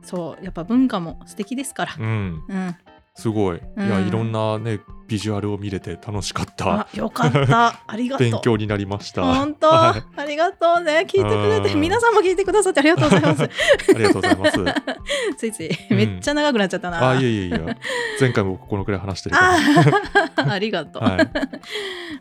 [SPEAKER 2] そうやっぱ文化も素敵ですから
[SPEAKER 1] ーうん
[SPEAKER 2] うん、
[SPEAKER 1] すごいいや
[SPEAKER 2] うん
[SPEAKER 1] いろんなねビジュアルを見れて楽しかった
[SPEAKER 2] あよ かったありがとう
[SPEAKER 1] 勉強になりました
[SPEAKER 2] 本当、
[SPEAKER 1] はい
[SPEAKER 2] ありがとうね聞いてくれて
[SPEAKER 1] うん
[SPEAKER 2] 皆さんも聞いてくださってありがとうござい ます
[SPEAKER 1] ありがとうございます
[SPEAKER 2] ついつい
[SPEAKER 1] うん
[SPEAKER 2] めっちゃ長くなっちゃったな、
[SPEAKER 1] あいえいえいえ前回もこのくらい話してるか
[SPEAKER 2] あ ーありがとう、
[SPEAKER 1] らはい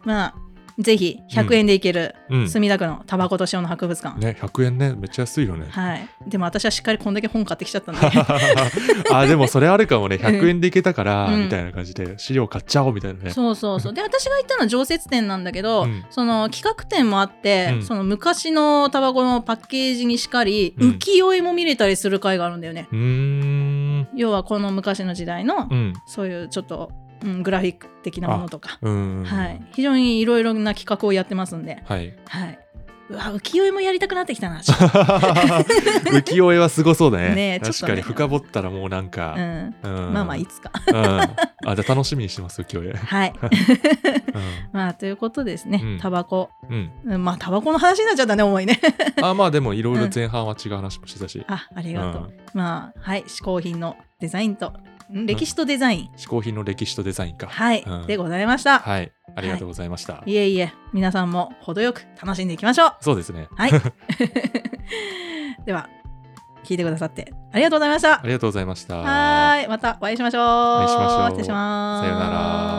[SPEAKER 2] まあぜひ100円で行ける
[SPEAKER 1] うん
[SPEAKER 2] 墨田区のタバコと塩の博物館、
[SPEAKER 1] ね100円ねめっちゃ安いよね
[SPEAKER 2] はいでも私はしっかりこんだけ本買ってきちゃったんで
[SPEAKER 1] あでもそれあるかもね100円でいけたから
[SPEAKER 2] うん
[SPEAKER 1] みたいな感じで資料買っちゃおうみたいなね
[SPEAKER 2] そうそうそうで私が行ったのは常設店なんだけど、
[SPEAKER 1] うん
[SPEAKER 2] その企画展もあって、
[SPEAKER 1] うん
[SPEAKER 2] その昔のタバコのパッケージにしかり、
[SPEAKER 1] うん
[SPEAKER 2] 浮世絵も見れたりする会があるんだよね
[SPEAKER 1] うーん
[SPEAKER 2] 要はこの昔の時代の
[SPEAKER 1] うん
[SPEAKER 2] そういうちょっと、うん、グラフィック的なものとか、
[SPEAKER 1] うん
[SPEAKER 2] はい、非常にいろいろな企画をやってますんで、
[SPEAKER 1] はい
[SPEAKER 2] はい、うわ浮世絵もやりたくなってきたな、ちょっと
[SPEAKER 1] 浮世絵はすごそうだね
[SPEAKER 2] ねえちょっ
[SPEAKER 1] 確
[SPEAKER 2] と
[SPEAKER 1] か
[SPEAKER 2] ね
[SPEAKER 1] に深掘ったらもうなんか、
[SPEAKER 2] うん、
[SPEAKER 1] うん
[SPEAKER 2] まあまあ いつか。
[SPEAKER 1] うんあじゃあ楽しみにしてます浮世絵、
[SPEAKER 2] はい、 まあということですね、
[SPEAKER 1] うん
[SPEAKER 2] タバコ、
[SPEAKER 1] うんうん、
[SPEAKER 2] うんまあタバコの話になっちゃったね重いね
[SPEAKER 1] あまあでもいろいろ
[SPEAKER 2] うん
[SPEAKER 1] 前半は違う話もしてたし、
[SPEAKER 2] あありがとう、
[SPEAKER 1] うん
[SPEAKER 2] まあはい嗜好品のデザインとん歴史とデザイン、
[SPEAKER 1] 嗜好品の歴史とデザインか
[SPEAKER 2] はい、
[SPEAKER 1] うん
[SPEAKER 2] でございました、
[SPEAKER 1] はいありがとうございました、
[SPEAKER 2] い、えいえ皆さんも程よく楽しんでいきましょう
[SPEAKER 1] そうですね
[SPEAKER 2] はいでは聞いてくださってありがとうございました
[SPEAKER 1] ありがとうございました
[SPEAKER 2] はーい、またお会いしましょう。
[SPEAKER 1] お会いしましょう
[SPEAKER 2] 失礼します。
[SPEAKER 1] さようなら